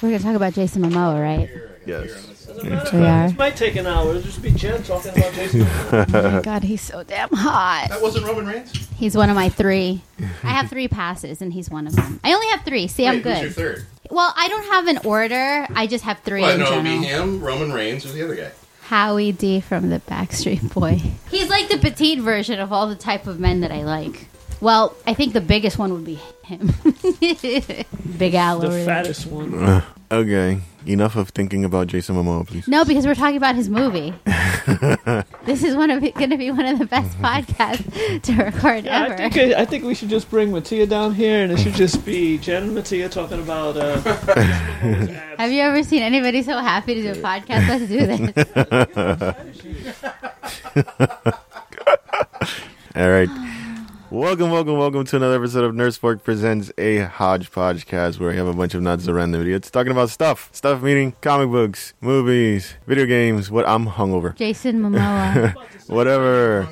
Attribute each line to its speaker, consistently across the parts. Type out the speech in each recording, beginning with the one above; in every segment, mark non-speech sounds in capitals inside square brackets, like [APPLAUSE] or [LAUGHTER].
Speaker 1: We're gonna talk about Jason Momoa, right?
Speaker 2: Yes.
Speaker 1: We are.
Speaker 3: Might take an hour. There'll just be Jen talking [LAUGHS] about Jason.
Speaker 1: Oh
Speaker 2: Uh,
Speaker 1: my God, he's so damn hot.
Speaker 2: That wasn't Roman Reigns?
Speaker 1: He's one of my three. I have three passes, and he's one of them. I only have three. See, I'm
Speaker 2: Wait, Who's your
Speaker 1: good.
Speaker 2: third?
Speaker 1: Well, I don't have an order. I just have three
Speaker 2: Well,
Speaker 1: in
Speaker 2: no, it'd
Speaker 1: general.
Speaker 2: be him, Roman Reigns, who's the other guy?
Speaker 1: Howie D from the Backstreet Boy. He's like the petite version of all the type of men that I like. Well, I think the biggest one would be him. [LAUGHS] Big Al over
Speaker 3: the
Speaker 1: there.
Speaker 3: fattest one.
Speaker 4: Okay, enough of thinking about Jason Momoa, please.
Speaker 1: No, because we're talking about his
Speaker 2: [LAUGHS]
Speaker 1: movie. this is one of going to be one of the best podcasts to record
Speaker 3: Yeah,
Speaker 1: ever.
Speaker 3: I think I, I think we should just bring Mattia down here, and it should just be Jen and Mattia talking about. [LAUGHS] Uh, Momoa's abs.
Speaker 1: Have you ever seen anybody so happy to do a podcast? Let's do
Speaker 4: [LAUGHS]
Speaker 1: this.
Speaker 4: All
Speaker 1: [SIGHS]
Speaker 4: right. Welcome, welcome, welcome to another episode of Nurse Fork Presents a Hodgepodge Cast where we have a bunch of nuts around the idiots talking about stuff. Stuff meaning comic books, movies, video games, what I'm hungover.
Speaker 1: Jason Momoa,
Speaker 4: Whatever.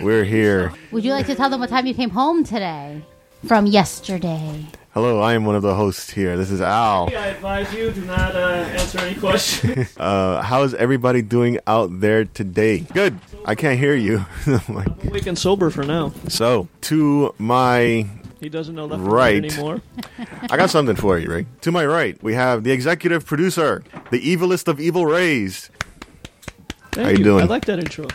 Speaker 4: We're here.
Speaker 1: would you like to tell them what time you came home today from yesterday?
Speaker 4: Hello, I am one of the hosts here. This is Al.
Speaker 3: I advise you do not uh, answer any [LAUGHS] questions.
Speaker 4: Uh, how is everybody doing out there today? Good. I can't hear you. [LAUGHS] Oh I'm like-
Speaker 3: Weak and sober for now.
Speaker 4: so, to my
Speaker 3: He doesn't know left from
Speaker 4: Right.
Speaker 3: right. anymore.
Speaker 4: I got something for you, right? To my right, we have the executive producer, the evilest of evil rays. [LAUGHS]
Speaker 3: Thank
Speaker 4: How you doing?
Speaker 3: I like that intro.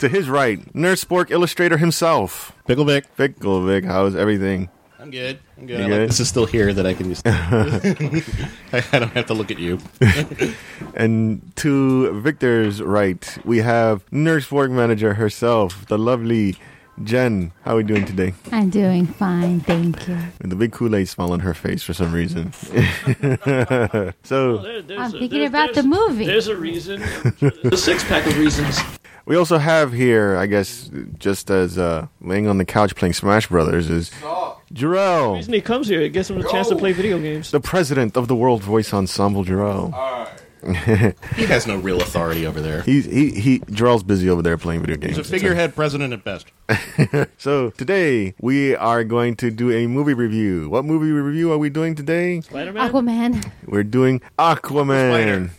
Speaker 4: to his right, Nurse Spork illustrator himself.
Speaker 2: Pickleback.
Speaker 4: Pickle Vic, how's everything?
Speaker 2: I'm good. I'm good.
Speaker 4: You
Speaker 2: I
Speaker 4: good?
Speaker 2: Like, this is still here that I can
Speaker 4: [LAUGHS]
Speaker 2: just. [LAUGHS] I, I don't have to look at you.
Speaker 4: And to Victor's right, we have Nurse Spork manager herself, the lovely Jen. How are we doing today?
Speaker 1: I'm doing fine, thank you.
Speaker 4: With the big Kool-Aid smile on her face for some reason. [LAUGHS] so
Speaker 3: There- there's
Speaker 1: I'm
Speaker 3: a-
Speaker 1: thinking
Speaker 3: there-
Speaker 1: about the
Speaker 3: there's-
Speaker 1: movie.
Speaker 3: There's a reason. The six pack of reasons.
Speaker 4: we also have here, I guess, just as uh, laying on the couch playing Smash Brothers is Jarrell.
Speaker 3: The reason he comes here, it gives him a chance to play video games.
Speaker 4: the president of the World Voice Ensemble, Jarrell.
Speaker 2: He has no real authority over there.
Speaker 4: He's he he Jarrell's busy over there playing video
Speaker 2: He's a
Speaker 4: games.
Speaker 2: figurehead president at best.
Speaker 4: So today we are going to do a movie review. What movie review are we doing today?
Speaker 3: Spider-Man?
Speaker 1: Aquaman.
Speaker 4: We're doing Aquaman.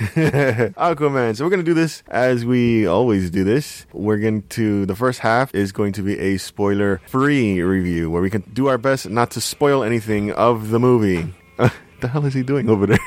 Speaker 4: [LAUGHS] Aquaman. So we're going to do this as we always do this. We're going to, the first half is going to be a spoiler free review where we can do our best not to spoil anything of the movie. [LAUGHS] the hell is he doing over there?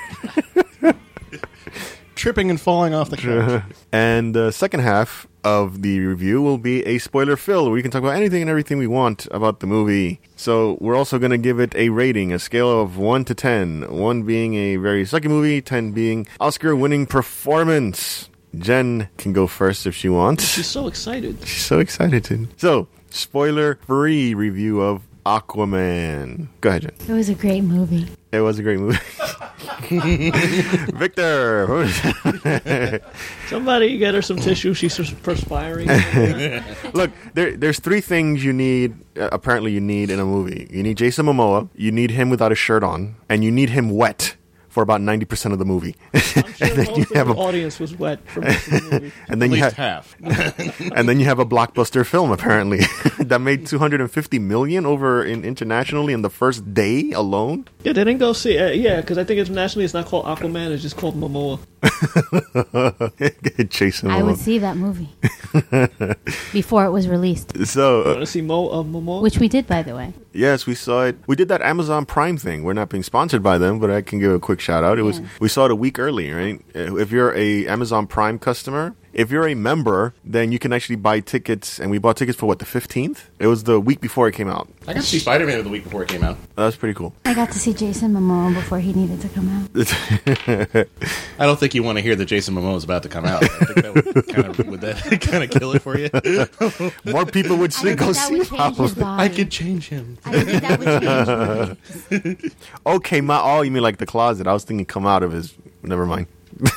Speaker 2: Tripping and falling off the
Speaker 4: [LAUGHS]
Speaker 2: couch.
Speaker 4: And the second half of the review will be a spoiler fill where we can talk about anything and everything we want about the movie. So we're also going to give it a rating, a scale of 1 to 10. 1 being a very sucky movie, 10 being Oscar winning performance. Jen can go first if she wants.
Speaker 3: He's so excited.
Speaker 4: She's so excited. to- So, spoiler free review of Aquaman. Go ahead, Jen.
Speaker 1: It was a great movie.
Speaker 4: It was a great movie. [LAUGHS] Victor.
Speaker 3: Somebody get her some tissue. She's pers- perspiring. [LAUGHS]
Speaker 4: Look, there, there's three things you need. Uh, apparently, you need in a movie. You need Jason Momoa. You need him without a shirt on, and you need him wet for about ninety percent of the movie. [LAUGHS]
Speaker 3: I'm [LAUGHS] sure most of
Speaker 4: have
Speaker 3: the
Speaker 4: a-
Speaker 3: audience was wet from watching the movie.
Speaker 4: and
Speaker 2: At
Speaker 4: then you
Speaker 2: least
Speaker 4: have,
Speaker 2: [LAUGHS] half.
Speaker 4: and then you have a blockbuster film apparently [LAUGHS] that made two hundred and fifty million over in internationally in the first day alone.
Speaker 3: [LAUGHS]
Speaker 4: [LAUGHS]
Speaker 3: Yeah, they didn't go see. Uh, yeah, because I think internationally it's not called Aquaman. It's just called Momoa.
Speaker 4: Jason
Speaker 1: I would
Speaker 4: Momoa.
Speaker 1: see that
Speaker 4: [LAUGHS]
Speaker 1: movie before it was released,
Speaker 4: so
Speaker 3: Want to see Mo uh, Momoa?
Speaker 1: which we did, by the way.
Speaker 4: Yes, we saw it. We did that Amazon Prime thing. We're not being sponsored by them, but I can give a quick shout out. It was
Speaker 1: Yeah.
Speaker 4: we saw it a week early, right? Uh, If you're a Amazon Prime customer, if you're a member, then you can actually buy tickets. And we bought tickets for what the fifteenth. It was the week before it came out.
Speaker 2: I got to see Spider Man the week before it came out.
Speaker 4: That was pretty cool.
Speaker 1: I got to see Jason Momoa before he needed to come out.
Speaker 2: I don't think you want to hear that Jason Momoa is about to come out. I think that
Speaker 4: [LAUGHS]
Speaker 2: would kind of, would that [LAUGHS] kind of kill it for you?
Speaker 4: More people would
Speaker 1: I
Speaker 4: say
Speaker 1: think
Speaker 4: go
Speaker 1: that
Speaker 4: see
Speaker 1: would change
Speaker 4: [LAUGHS]
Speaker 1: his
Speaker 4: Aquaman.
Speaker 1: body.
Speaker 2: change him.
Speaker 1: I think that would change.
Speaker 4: Okay, my all. Oh, You mean like the closet? I was thinking come out of his. Never mind.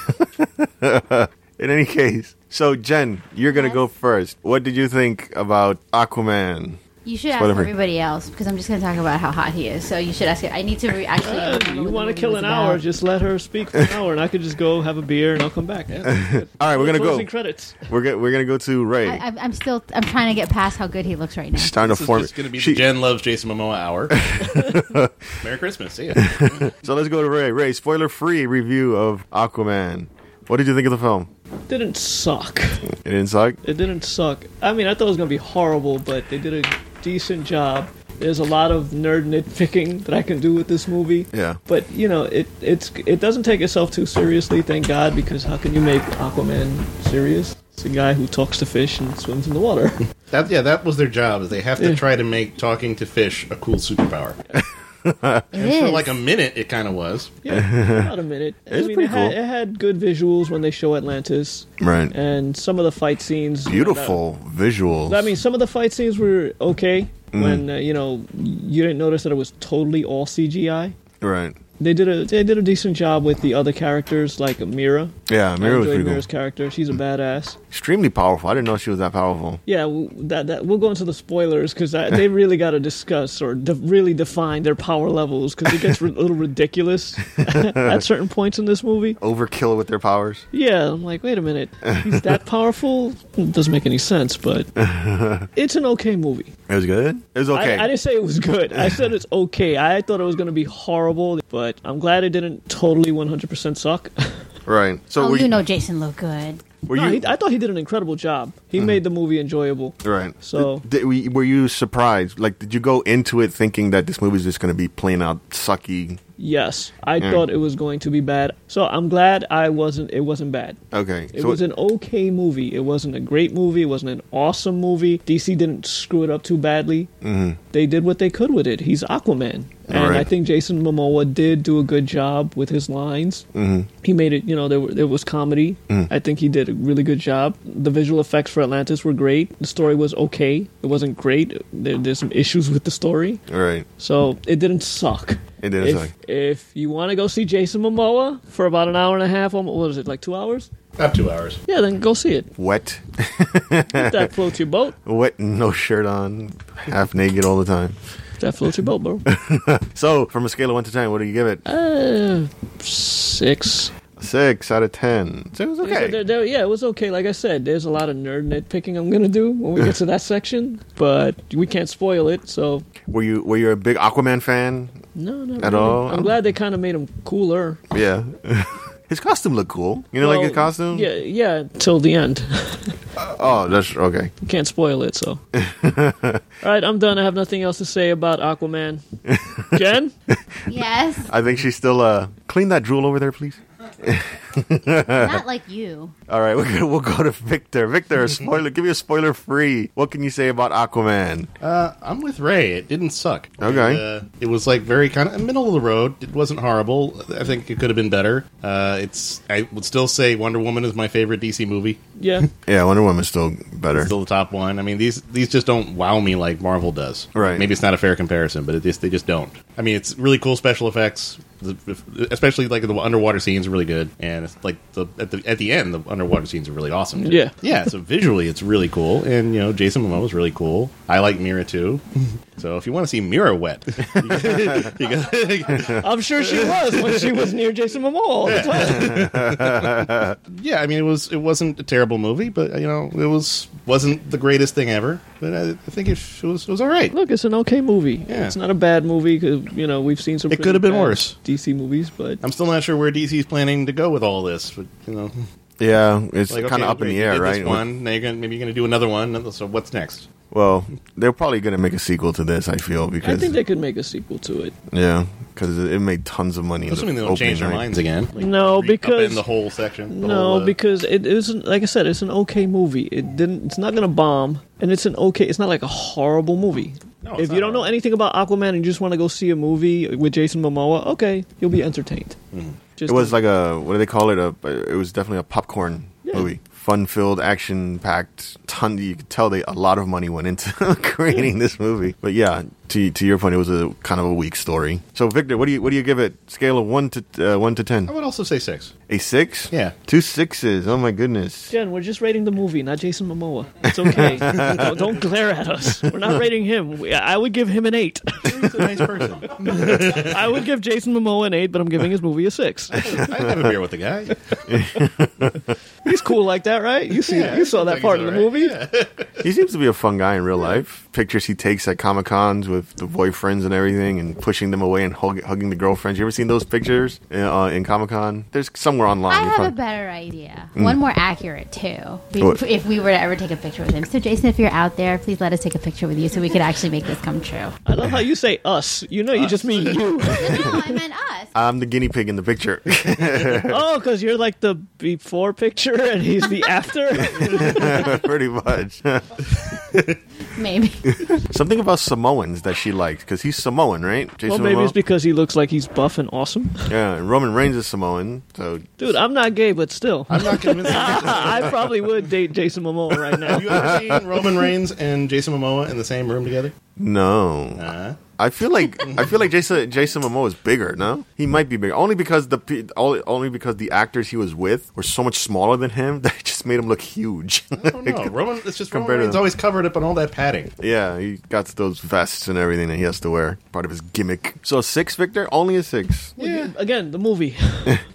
Speaker 4: [LAUGHS] In any case, so Jen, you're gonna
Speaker 1: Yes.
Speaker 4: go first. What did you think about Aquaman?
Speaker 1: You should ask
Speaker 4: Spoiler-free.
Speaker 1: everybody else because I'm just going to talk about how hot he is. So you should ask it. I need to re- actually.
Speaker 3: Uh,
Speaker 1: remember
Speaker 3: you
Speaker 1: what the
Speaker 3: want to
Speaker 1: movie
Speaker 3: kill
Speaker 1: was
Speaker 3: an
Speaker 1: about.
Speaker 3: hour? Just let her speak for an hour, and I could just go have a beer, and I'll come back. Yeah.
Speaker 4: All right, we're [LAUGHS] gonna
Speaker 3: Closing
Speaker 4: go.
Speaker 3: credits.
Speaker 4: We're go- we're gonna go to Ray.
Speaker 1: I, I'm- I'm still. I'm trying to get past how good he looks right now.
Speaker 4: She's starting
Speaker 2: This
Speaker 4: to
Speaker 2: is
Speaker 4: form.
Speaker 2: just going to be
Speaker 4: She-
Speaker 2: the Jen loves Jason Momoa hour.
Speaker 4: [LAUGHS]
Speaker 2: Merry Christmas. See ya.
Speaker 4: so let's go to Ray. Ray, spoiler free review of Aquaman. What did you think of the film?
Speaker 3: Didn't suck.
Speaker 4: It didn't suck.
Speaker 3: It didn't suck. I mean, I thought it was gonna be horrible, but they did a decent job. There's a lot of nerd nitpicking that I can do with this movie.
Speaker 4: Yeah.
Speaker 3: But you know, it it's it doesn't take itself too seriously, thank God, because how can you make Aquaman serious? It's a guy who talks to fish and swims in the water.
Speaker 4: [LAUGHS]
Speaker 3: [LAUGHS]
Speaker 2: That, yeah, that was their job. Is they have to try to make talking to fish a cool superpower.
Speaker 1: It is.
Speaker 2: For like a minute, it kind of was.
Speaker 3: yeah, about a minute.
Speaker 4: It's
Speaker 3: I mean,
Speaker 4: pretty
Speaker 3: it had,
Speaker 4: cool.
Speaker 3: it had good visuals when they show Atlantis,
Speaker 4: Right.
Speaker 3: and some of the fight scenes. you know, that-
Speaker 4: Beautiful visuals.
Speaker 3: Eh, I mean, some of the fight scenes were okay
Speaker 4: Mm-hmm.
Speaker 3: when uh, you know you didn't notice that it was totally all CGI.
Speaker 4: right.
Speaker 3: They did a they did a decent job with the other characters like Amira.
Speaker 4: Yeah, Mira
Speaker 3: I
Speaker 4: was pretty
Speaker 3: enjoyed
Speaker 4: cool. Mm.
Speaker 3: Mira's character. She's a badass.
Speaker 4: Extremely powerful. I didn't know she was that powerful.
Speaker 3: Yeah, w- that that we'll go into the spoilers because
Speaker 4: [LAUGHS]
Speaker 3: they really got to discuss or de- really define their power levels because it gets a little
Speaker 4: [LAUGHS]
Speaker 3: ridiculous at certain points in this movie.
Speaker 4: Overkill with their powers.
Speaker 3: Yeah, I'm like, wait a minute, he's that powerful? Doesn't make any sense,
Speaker 4: [LAUGHS]
Speaker 3: but it's an okay movie.
Speaker 4: It was good. It was okay.
Speaker 3: I, I didn't say it was good. I said it's okay. I thought it was going to be horrible, but I'm glad it didn't totally 100% suck.
Speaker 4: right. So
Speaker 1: oh,
Speaker 4: were
Speaker 1: you
Speaker 4: you?
Speaker 1: know Jason looked good.
Speaker 4: were
Speaker 3: [LAUGHS] No,
Speaker 4: you Uh-huh.
Speaker 3: he- I thought he did an incredible job. He made the movie enjoyable.
Speaker 4: right?
Speaker 3: So-
Speaker 4: Did we, were you surprised? Like, did you go into it thinking that this movie is just going to be plain out sucky?
Speaker 3: Yes, I thought it was going to be bad. So I'm glad I wasn't. It wasn't bad.
Speaker 4: Okay.
Speaker 3: It
Speaker 4: so
Speaker 3: was an okay movie. It wasn't a great movie. It wasn't an awesome movie. DC didn't screw it up too badly. Mm-hmm. They did what they could with it. He's Aquaman. And
Speaker 4: Alright.
Speaker 3: I think Jason Momoa did do a good job with his lines. Mm-hmm. He made it, you know, there, were, there was comedy. I think he did a really good job. The visual effects for Atlantis were great. The story was okay. It wasn't great. There, there's some issues with the story.
Speaker 4: all right.
Speaker 3: So it didn't suck.
Speaker 4: It didn't
Speaker 3: if,
Speaker 4: suck.
Speaker 3: If you want to go see Jason Momoa for about an hour and a half, almost, what is it, like two hours?
Speaker 2: About two hours.
Speaker 3: Yeah, then go see it.
Speaker 4: Wet,
Speaker 3: If
Speaker 4: [LAUGHS]
Speaker 3: that floats your boat,
Speaker 4: wet, no shirt on, half naked all the time.
Speaker 3: if that floats your boat, bro.
Speaker 4: [LAUGHS] So, from a scale of one to ten, what do you give it?
Speaker 3: Uh, six.
Speaker 4: Six out of ten. So it was
Speaker 3: So there-
Speaker 4: okay.
Speaker 3: there- yeah, it was okay. Like I said, there's a lot of nerd nitpicking I'm gonna do when we get
Speaker 4: [LAUGHS]
Speaker 3: to that section, but we can't spoil it. So
Speaker 4: Were you were you a big Aquaman fan?
Speaker 3: no, no.
Speaker 4: At all?
Speaker 3: I'm glad they kind of made him cooler.
Speaker 4: Yeah. [LAUGHS] His costume looked cool. You know, like his
Speaker 3: Well,
Speaker 4: costume.
Speaker 3: Yeah, yeah. Till the end,
Speaker 4: Oh, that's okay.
Speaker 3: can't spoil it.
Speaker 2: [LAUGHS]
Speaker 3: So, all right, I'm done. I have nothing else to say about Aquaman. Jen,
Speaker 1: Yes,
Speaker 4: [LAUGHS] I think she's still uh clean that drool over there, please.
Speaker 1: not like you.
Speaker 4: All right, [LAUGHS] we're gonna, we'll go to Victor. Victor, spoiler. give me a spoiler free. What can you say about Aquaman?
Speaker 2: Uh, I'm with Ray. It didn't suck.
Speaker 4: Okay.
Speaker 2: And, uh, it was like very kind of middle of the road. It wasn't horrible. I think it could have been better. Uh, it's. I would still say Wonder Woman is my favorite DC movie. [LAUGHS]
Speaker 3: yeah.
Speaker 4: Yeah, Wonder Woman's still better.
Speaker 2: Still the top one. I mean, these these just don't wow me like Marvel does.
Speaker 4: Right.
Speaker 2: Maybe it's not a fair comparison, but it just they just don't. I mean, it's really cool special effects, the- especially like the underwater scenes are really good, and it's like the at the at the end the underwater scenes are really awesome. too.
Speaker 3: Yeah.
Speaker 2: yeah. So visually, it's really cool, and you know, Jason Momoa is really cool. I like Mira too. So if you want to see Mira wet, you got- you got-
Speaker 3: I'm sure she was when she was near Jason Momoa all the time.
Speaker 2: [LAUGHS] yeah, I mean, it was it wasn't a terrible movie, but you know, it was wasn't the greatest thing ever. But I, I think it, was it was all right.
Speaker 3: [LAUGHS] Look, it's an okay movie.
Speaker 2: Yeah.
Speaker 3: It's not a bad movie because you know we've seen some.
Speaker 2: It
Speaker 3: pretty
Speaker 2: could have been
Speaker 3: bad
Speaker 2: worse.
Speaker 3: DC movies, but
Speaker 2: I'm still not sure where DC's planning to go with all this, but you know,
Speaker 4: Yeah, it's
Speaker 2: like
Speaker 4: kind of
Speaker 2: okay,
Speaker 4: up in
Speaker 2: wait,
Speaker 4: the
Speaker 2: you
Speaker 4: air,
Speaker 2: did
Speaker 4: right?
Speaker 2: This one, now you're gonna, maybe you're going to do another one. So what's next?
Speaker 4: Well, they're probably gonna make a sequel to this. I feel
Speaker 3: I
Speaker 4: because
Speaker 3: think they could make a sequel to it.
Speaker 4: yeah, because it it made tons of money. in the
Speaker 2: Assuming they don't
Speaker 4: opening
Speaker 2: change their
Speaker 4: night.
Speaker 2: minds again. Like,
Speaker 3: No,
Speaker 2: re-
Speaker 3: because-
Speaker 2: upend the whole section. the
Speaker 3: No,
Speaker 2: whole, uh,
Speaker 3: because it isn't. Like I said, it's an okay movie. It didn't. It's not gonna bomb, and it's an okay. It's not like a horrible movie.
Speaker 2: No, it's
Speaker 3: if you
Speaker 2: not
Speaker 3: don't know
Speaker 2: horrible.
Speaker 3: anything about Aquaman and you just want to go see a movie with Jason Momoa, okay, you'll be entertained.
Speaker 2: Mm-hmm.
Speaker 3: Just
Speaker 4: It was like a what do they call it? A it was definitely a popcorn
Speaker 3: Yeah.
Speaker 4: movie, fun-filled, [LAUGHS] action-packed. Ton. You could tell they a lot of money went into creating this movie. But yeah, to to your point, it was a kind of a weak story. So Victor, what do you what do you give it? Scale of one to uh, one to
Speaker 2: I
Speaker 4: ten.
Speaker 2: would also say six.
Speaker 4: A six?
Speaker 2: Yeah.
Speaker 4: Two sixes. Oh my goodness.
Speaker 3: Jen, we're just rating the movie, not Jason Momoa. It's
Speaker 2: [LAUGHS]
Speaker 3: okay. don't, don't glare at us. We're not rating him. We, I would give him an eight.
Speaker 2: He's a nice person.
Speaker 3: [LAUGHS] I would give Jason Momoa an eight, but I'm giving his movie a six.
Speaker 2: I'd have a beer with the guy.
Speaker 3: He's cool like that, right? You see, you saw that
Speaker 2: think
Speaker 3: part
Speaker 2: he's
Speaker 3: in the
Speaker 2: all right.
Speaker 3: movie.
Speaker 4: He seems to be a fun guy in real life. Pictures he takes at comic cons with the boyfriends and everything, and pushing them away and hug, hugging the girlfriends. You ever seen those pictures uh, in comic con? There's somewhere online.
Speaker 1: I
Speaker 4: You
Speaker 1: have a
Speaker 4: probably-
Speaker 1: better idea. One more accurate too. We-
Speaker 4: What?
Speaker 1: If we were to ever take a picture with him, so Jason, if you're out there, please let us take a picture with you so we could actually make this come true. no,
Speaker 3: I love how you say us. You know, you just
Speaker 2: [LAUGHS]
Speaker 3: mean you.
Speaker 1: I meant us.
Speaker 4: I'm the guinea pig in the picture.
Speaker 1: [LAUGHS]
Speaker 4: [LAUGHS]
Speaker 3: Oh, because you're like the before picture and he's [LAUGHS] the after.
Speaker 4: Pretty much. [LAUGHS]
Speaker 1: Maybe.
Speaker 4: Something about Samoans that she likes because he's Samoan, right? Jason
Speaker 3: well, maybe it's
Speaker 4: Momoa?
Speaker 3: because he looks like he's buff and awesome.
Speaker 4: yeah. and Roman Reigns is Samoan, so
Speaker 3: Dude, I'm not gay, but still.
Speaker 2: I'm not convinced.
Speaker 3: [LAUGHS] I probably would date Jason Momoa right now.
Speaker 2: Have you ever seen Roman Reigns and Jason Momoa in the same room together?
Speaker 4: no.
Speaker 2: Uh,
Speaker 4: I feel like
Speaker 3: [LAUGHS]
Speaker 4: I feel like Jason Jason Momoa is bigger. No, he might be bigger only because the pe- only, only because the actors he was with were so much smaller than him [LAUGHS] that it just made him look huge. [LAUGHS]
Speaker 2: I don't know. Oh, Roman, it's just Roman
Speaker 4: Compared to
Speaker 2: Reigns
Speaker 4: them.
Speaker 2: always covered up in all that padding.
Speaker 4: yeah, he got those vests and everything that he has to wear, part of his gimmick. So a six, Victor, only a six.
Speaker 3: Again, the movie.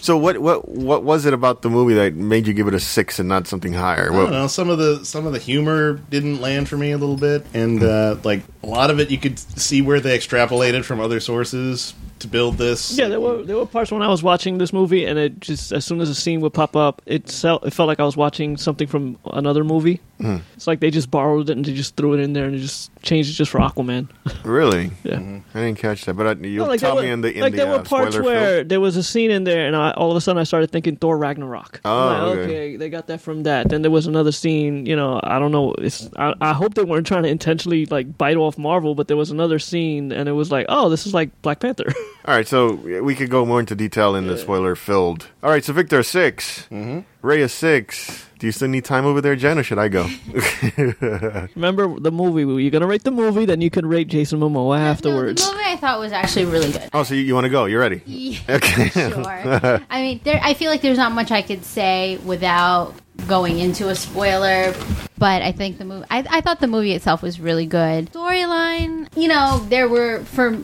Speaker 4: So what what what was it about the movie that made you give it a six and not something higher?
Speaker 2: I don't
Speaker 3: Uh-huh.
Speaker 4: Well,
Speaker 2: know. Some of the some of the humor didn't land for me a little bit, and uh, like a lot of it, you could see where they extrapolated from other sources to build this.
Speaker 3: Yeah, there were there were parts when I was watching this movie, and it just as soon as a scene would pop up, it sel- it felt like I was watching something from another movie. It's like they just borrowed it and they just threw it in there and they just changed it just for Aquaman. [LAUGHS]
Speaker 4: really,
Speaker 3: Yeah.
Speaker 4: I didn't catch that, but I, you'll
Speaker 3: No, like
Speaker 4: tell
Speaker 3: there
Speaker 4: me
Speaker 3: were,
Speaker 4: in the in
Speaker 3: like
Speaker 4: the
Speaker 3: there were
Speaker 4: uh,
Speaker 3: parts
Speaker 4: spoiler
Speaker 3: where
Speaker 4: film.
Speaker 3: there was a scene in there, and I, all of a sudden I started thinking Thor Ragnarok. I'm
Speaker 4: Oh,
Speaker 3: like,
Speaker 4: okay.
Speaker 3: they got that from that. Then there was another scene, you know, I don't know. It's I, I hope they weren't trying to intentionally like bite off Marvel, but there was another scene, and it was like, oh, this is like Black Panther. [LAUGHS]
Speaker 4: All right, so we could go more into detail in the spoiler filled. All right, so Victor a 6 mm-hmm. Ray a six. Do you still need time over there, Jen, or should
Speaker 1: [LAUGHS]
Speaker 4: I go?
Speaker 3: Remember the movie? You're gonna rate the movie, then you can rate Jason Momoa afterwards.
Speaker 1: No, the movie I thought was actually really good.
Speaker 4: oh, so you, you want to go? You're ready.
Speaker 1: Yeah,
Speaker 4: Okay.
Speaker 1: sure. I mean, there. I feel like there's not much I could say without going into a spoiler, but I think the movie. I, I thought the movie itself was really good. Storyline, you know, there were for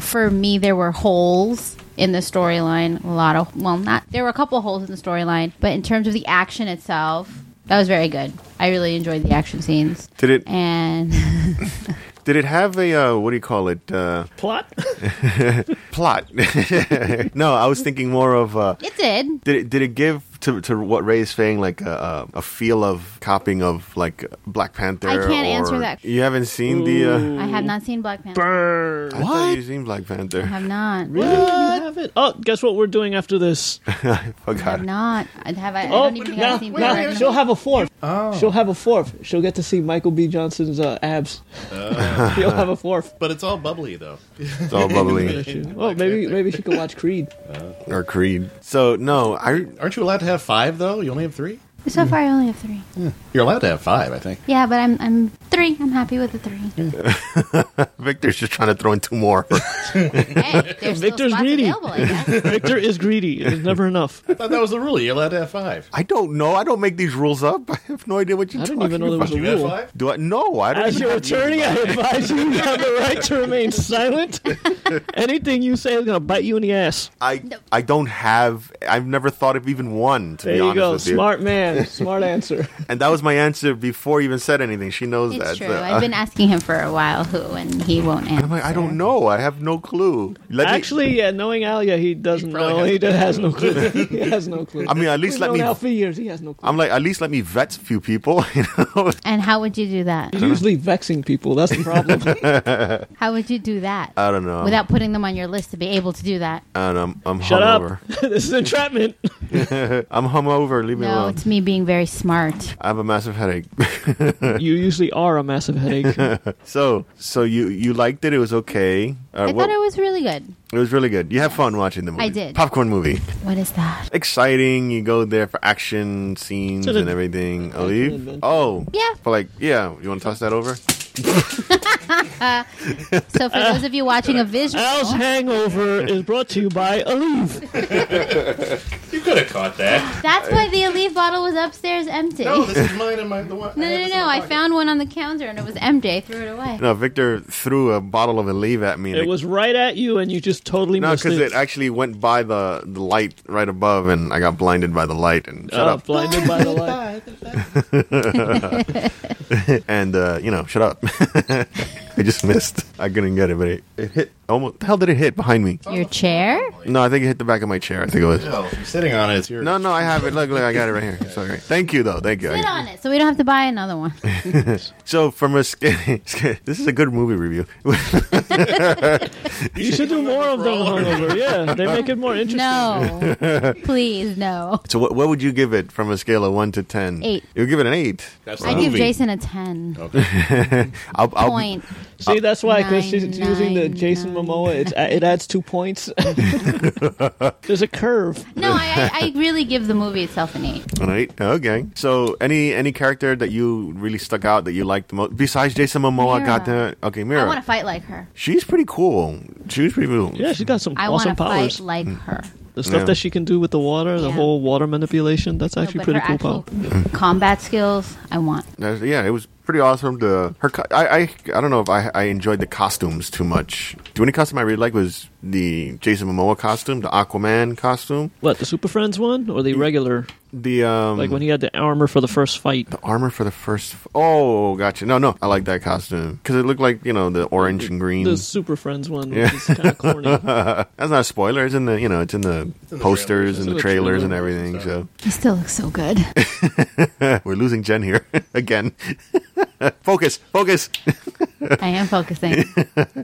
Speaker 1: for me there were holes in the storyline. A lot of well, not there were a couple holes in the storyline, but in terms of the action itself, that was very good. I really enjoyed the action scenes.
Speaker 4: Did it?
Speaker 1: And [LAUGHS]
Speaker 4: Did it have a uh, what do you call it? Uh,
Speaker 3: Plot?
Speaker 4: plot? [LAUGHS] no, I was thinking more of. Uh,
Speaker 1: it did.
Speaker 4: did it? Did it give to to what Ray is saying like uh, a, a a feel of copying of like Black Panther?
Speaker 1: I can't
Speaker 4: or-
Speaker 1: answer that.
Speaker 4: You haven't seen the. Uh,
Speaker 1: I have not seen Black Panther.
Speaker 3: Burn.
Speaker 4: I thought you seen Black Panther.
Speaker 1: I have not.
Speaker 3: Really? You have it? Oh, guess what? We're doing after this.
Speaker 4: Oh
Speaker 1: I
Speaker 4: God.
Speaker 1: have not. I have. I, I
Speaker 3: Oh,
Speaker 1: don't even think
Speaker 3: now,
Speaker 1: I've seen
Speaker 3: now
Speaker 1: Black Panther.
Speaker 3: she'll have a fourth. She'll have a fourth. She'll get to see Michael B. Johnson's uh, abs. [LAUGHS] He'll have a fourth.
Speaker 2: but it's all bubbly though.
Speaker 4: It's all
Speaker 1: [LAUGHS]
Speaker 4: bubbly.
Speaker 3: Well, maybe maybe she could watch Creed.
Speaker 4: or Creed. So no, I
Speaker 2: Aren't you allowed to have five though? You only have three.
Speaker 1: So far, I only have three.
Speaker 2: You're allowed to have five, I think.
Speaker 1: Yeah, but I'm I'm three. I'm happy with the
Speaker 4: [LAUGHS]
Speaker 1: three.
Speaker 4: Victor's just trying to throw in two more.
Speaker 1: Hey, there's
Speaker 3: Victor's
Speaker 1: still spots
Speaker 3: greedy.
Speaker 1: available. I guess.
Speaker 3: Victor is greedy. There's never enough.
Speaker 2: I thought that was the rule. You're allowed to have five.
Speaker 4: [LAUGHS] I don't know. I don't make these rules up. I have no idea what you're
Speaker 3: I didn't
Speaker 4: talking
Speaker 3: even know there
Speaker 4: about.
Speaker 3: was
Speaker 2: You
Speaker 3: a
Speaker 2: have
Speaker 3: rule.
Speaker 2: five.
Speaker 4: Do I? No, I don't.
Speaker 3: As your attorney, I advise you you have the right to remain silent. Anything you say is gonna bite you in the ass.
Speaker 4: I I don't have. I've never thought of even one. To
Speaker 3: There
Speaker 4: be
Speaker 3: you
Speaker 4: honest
Speaker 3: go,
Speaker 4: with you,
Speaker 3: smart man, smart answer.
Speaker 4: and that was my answer before you even said anything. She knows that.
Speaker 1: It's true.
Speaker 4: so, uh,
Speaker 1: I've been asking him for a while who, and he won't answer.
Speaker 4: I'm like, I don't know. I have no clue. Let me-
Speaker 3: Actually, yeah, knowing Alia, he doesn't
Speaker 2: He probably
Speaker 3: know.
Speaker 2: has
Speaker 3: He
Speaker 2: no
Speaker 3: does, has no clue. he has no clue.
Speaker 4: I mean, at least
Speaker 3: We've
Speaker 4: let
Speaker 3: known
Speaker 4: me-
Speaker 3: Al for years. He has no clue.
Speaker 4: I'm like, at least let me vet a few people. [LAUGHS] You know,
Speaker 1: And how would you do that?
Speaker 3: usually vexing people. That's the problem.
Speaker 1: How would you do that?
Speaker 4: I don't know.
Speaker 1: Without putting them on your list to be able to do that.
Speaker 4: I don't know. I'm, I'm
Speaker 3: Shut
Speaker 4: hungover.
Speaker 3: up. [LAUGHS] this is entrapment.
Speaker 4: I'm hungover. Leave me
Speaker 1: No,
Speaker 4: alone.
Speaker 1: it's me being very smart.
Speaker 4: I have a massive headache. [LAUGHS]
Speaker 3: you usually are a massive headache.
Speaker 4: so, so you you liked it? It was okay. Uh,
Speaker 1: I
Speaker 4: what-
Speaker 1: thought it was really good.
Speaker 4: It was really good. You have fun watching the movie.
Speaker 1: I did.
Speaker 4: Popcorn movie. [LAUGHS]
Speaker 1: What is that?
Speaker 4: Exciting. You go there for action scenes
Speaker 3: It's an
Speaker 4: and everything.
Speaker 3: an
Speaker 4: Olive.
Speaker 3: adventure.
Speaker 4: Oh.
Speaker 1: Yeah.
Speaker 4: But like, yeah. You want to toss that over?
Speaker 1: So for those of you
Speaker 3: [LAUGHS]
Speaker 1: watching a visual,
Speaker 3: Al's Hangover is brought to you by Aleve.
Speaker 2: You could have caught that.
Speaker 1: that's why the Aleve bottle was upstairs empty.
Speaker 2: No,
Speaker 1: No,
Speaker 2: this is mine and mine. The one.
Speaker 1: [LAUGHS] no, no, no. I found one on the counter and it was empty. I threw it away.
Speaker 4: No, Victor threw a bottle of Aleve at me. and
Speaker 3: It was right at you, and you just totally
Speaker 4: no,
Speaker 3: missed
Speaker 4: because it
Speaker 3: it.
Speaker 4: actually went by the, the light right above, and I got blinded by the light. And shut
Speaker 3: Uh,
Speaker 4: up,
Speaker 3: [LAUGHS] blinded by the
Speaker 1: [LAUGHS]
Speaker 3: light.
Speaker 4: and uh, you know, shut up. [LAUGHS] I just missed. I couldn't get it, but it, it hit almost. The hell did it hit behind me?
Speaker 1: Your chair?
Speaker 4: No, I think it hit the back of my chair. I think it was.
Speaker 2: No, if you're sitting on it. It's yours.
Speaker 4: No, no, I have it. Look, look, I got it right here. Sorry. Thank you, though. Thank you.
Speaker 1: Sit on it, so we don't have to buy another one.
Speaker 4: So, from a [LAUGHS] sca- sca- this is a good movie review. [LAUGHS]
Speaker 3: You should do more of them hungover. Yeah, [LAUGHS] they make it more interesting.
Speaker 1: No, please, no.
Speaker 4: so, what, what would you give it from a scale of one to ten?
Speaker 1: Eight.
Speaker 4: You give it an eight.
Speaker 2: That's
Speaker 1: I
Speaker 2: the
Speaker 1: give
Speaker 2: movie.
Speaker 1: Jason a ten
Speaker 2: Okay.
Speaker 4: I'll, I'll,
Speaker 1: point.
Speaker 3: See, that's why because she's
Speaker 1: Nine,
Speaker 3: using the
Speaker 1: nine,
Speaker 3: Jason
Speaker 1: nine.
Speaker 3: Momoa, it's, it adds two [LAUGHS] points. There's a curve.
Speaker 1: No, I, I, I really give the movie itself an eight.
Speaker 4: An eight. Okay. So, any any character that you really stuck out that you liked the most besides Jason Momoa?
Speaker 1: Mira.
Speaker 4: Got the okay,
Speaker 1: I
Speaker 4: Mira.
Speaker 1: want to fight like her.
Speaker 4: She's pretty cool. She was pretty cool.
Speaker 3: Yeah, she's got some
Speaker 1: I
Speaker 3: awesome
Speaker 1: want to fight
Speaker 3: powers.
Speaker 1: like her.
Speaker 3: The stuff
Speaker 4: Yeah.
Speaker 3: that she can do with the water, the
Speaker 1: Yeah.
Speaker 3: whole water manipulation, that's
Speaker 1: No,
Speaker 3: actually
Speaker 1: but
Speaker 3: pretty
Speaker 1: her
Speaker 3: cool
Speaker 1: actual
Speaker 3: power.
Speaker 1: [LAUGHS] combat skills, I want.
Speaker 4: That's- yeah, it was pretty awesome. The her, co- I, I, I don't know if I, I enjoyed the costumes too much. The only costume I really liked was the Jason Momoa costume, the Aquaman costume,
Speaker 3: What, the Super Friends one or the regular?
Speaker 4: the um,
Speaker 3: Like when he had the armor for the first fight.
Speaker 4: the armor for the first. F- oh, gotcha. No, no, I like that costume because it looked like you know the orange and green.
Speaker 3: The Super Friends one, which is kind of corny.
Speaker 4: [LAUGHS] That's not a spoiler. It's in the you know it's in the
Speaker 2: in the
Speaker 4: posters and
Speaker 3: trailers.
Speaker 4: the
Speaker 3: It's in the
Speaker 4: trailers and
Speaker 3: trailer,
Speaker 4: everything. So
Speaker 1: He still looks so good.
Speaker 4: [LAUGHS] we're losing Jen here again. [LAUGHS] focus, focus.
Speaker 1: [LAUGHS] I am focusing.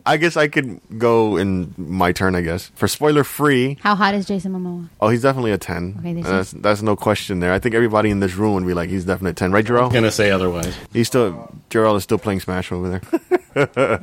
Speaker 4: I guess I could go in my turn. I guess for spoiler free.
Speaker 1: How hot is Jason Momoa?
Speaker 4: Oh, he's definitely a ten.
Speaker 1: Okay, there's
Speaker 4: that's, that's no question there. I think everybody in this room would be like, he's definitely a ten, right, Jarrell?
Speaker 2: [LAUGHS] Gonna say otherwise.
Speaker 4: He's still Jarrell is still playing Smash over there.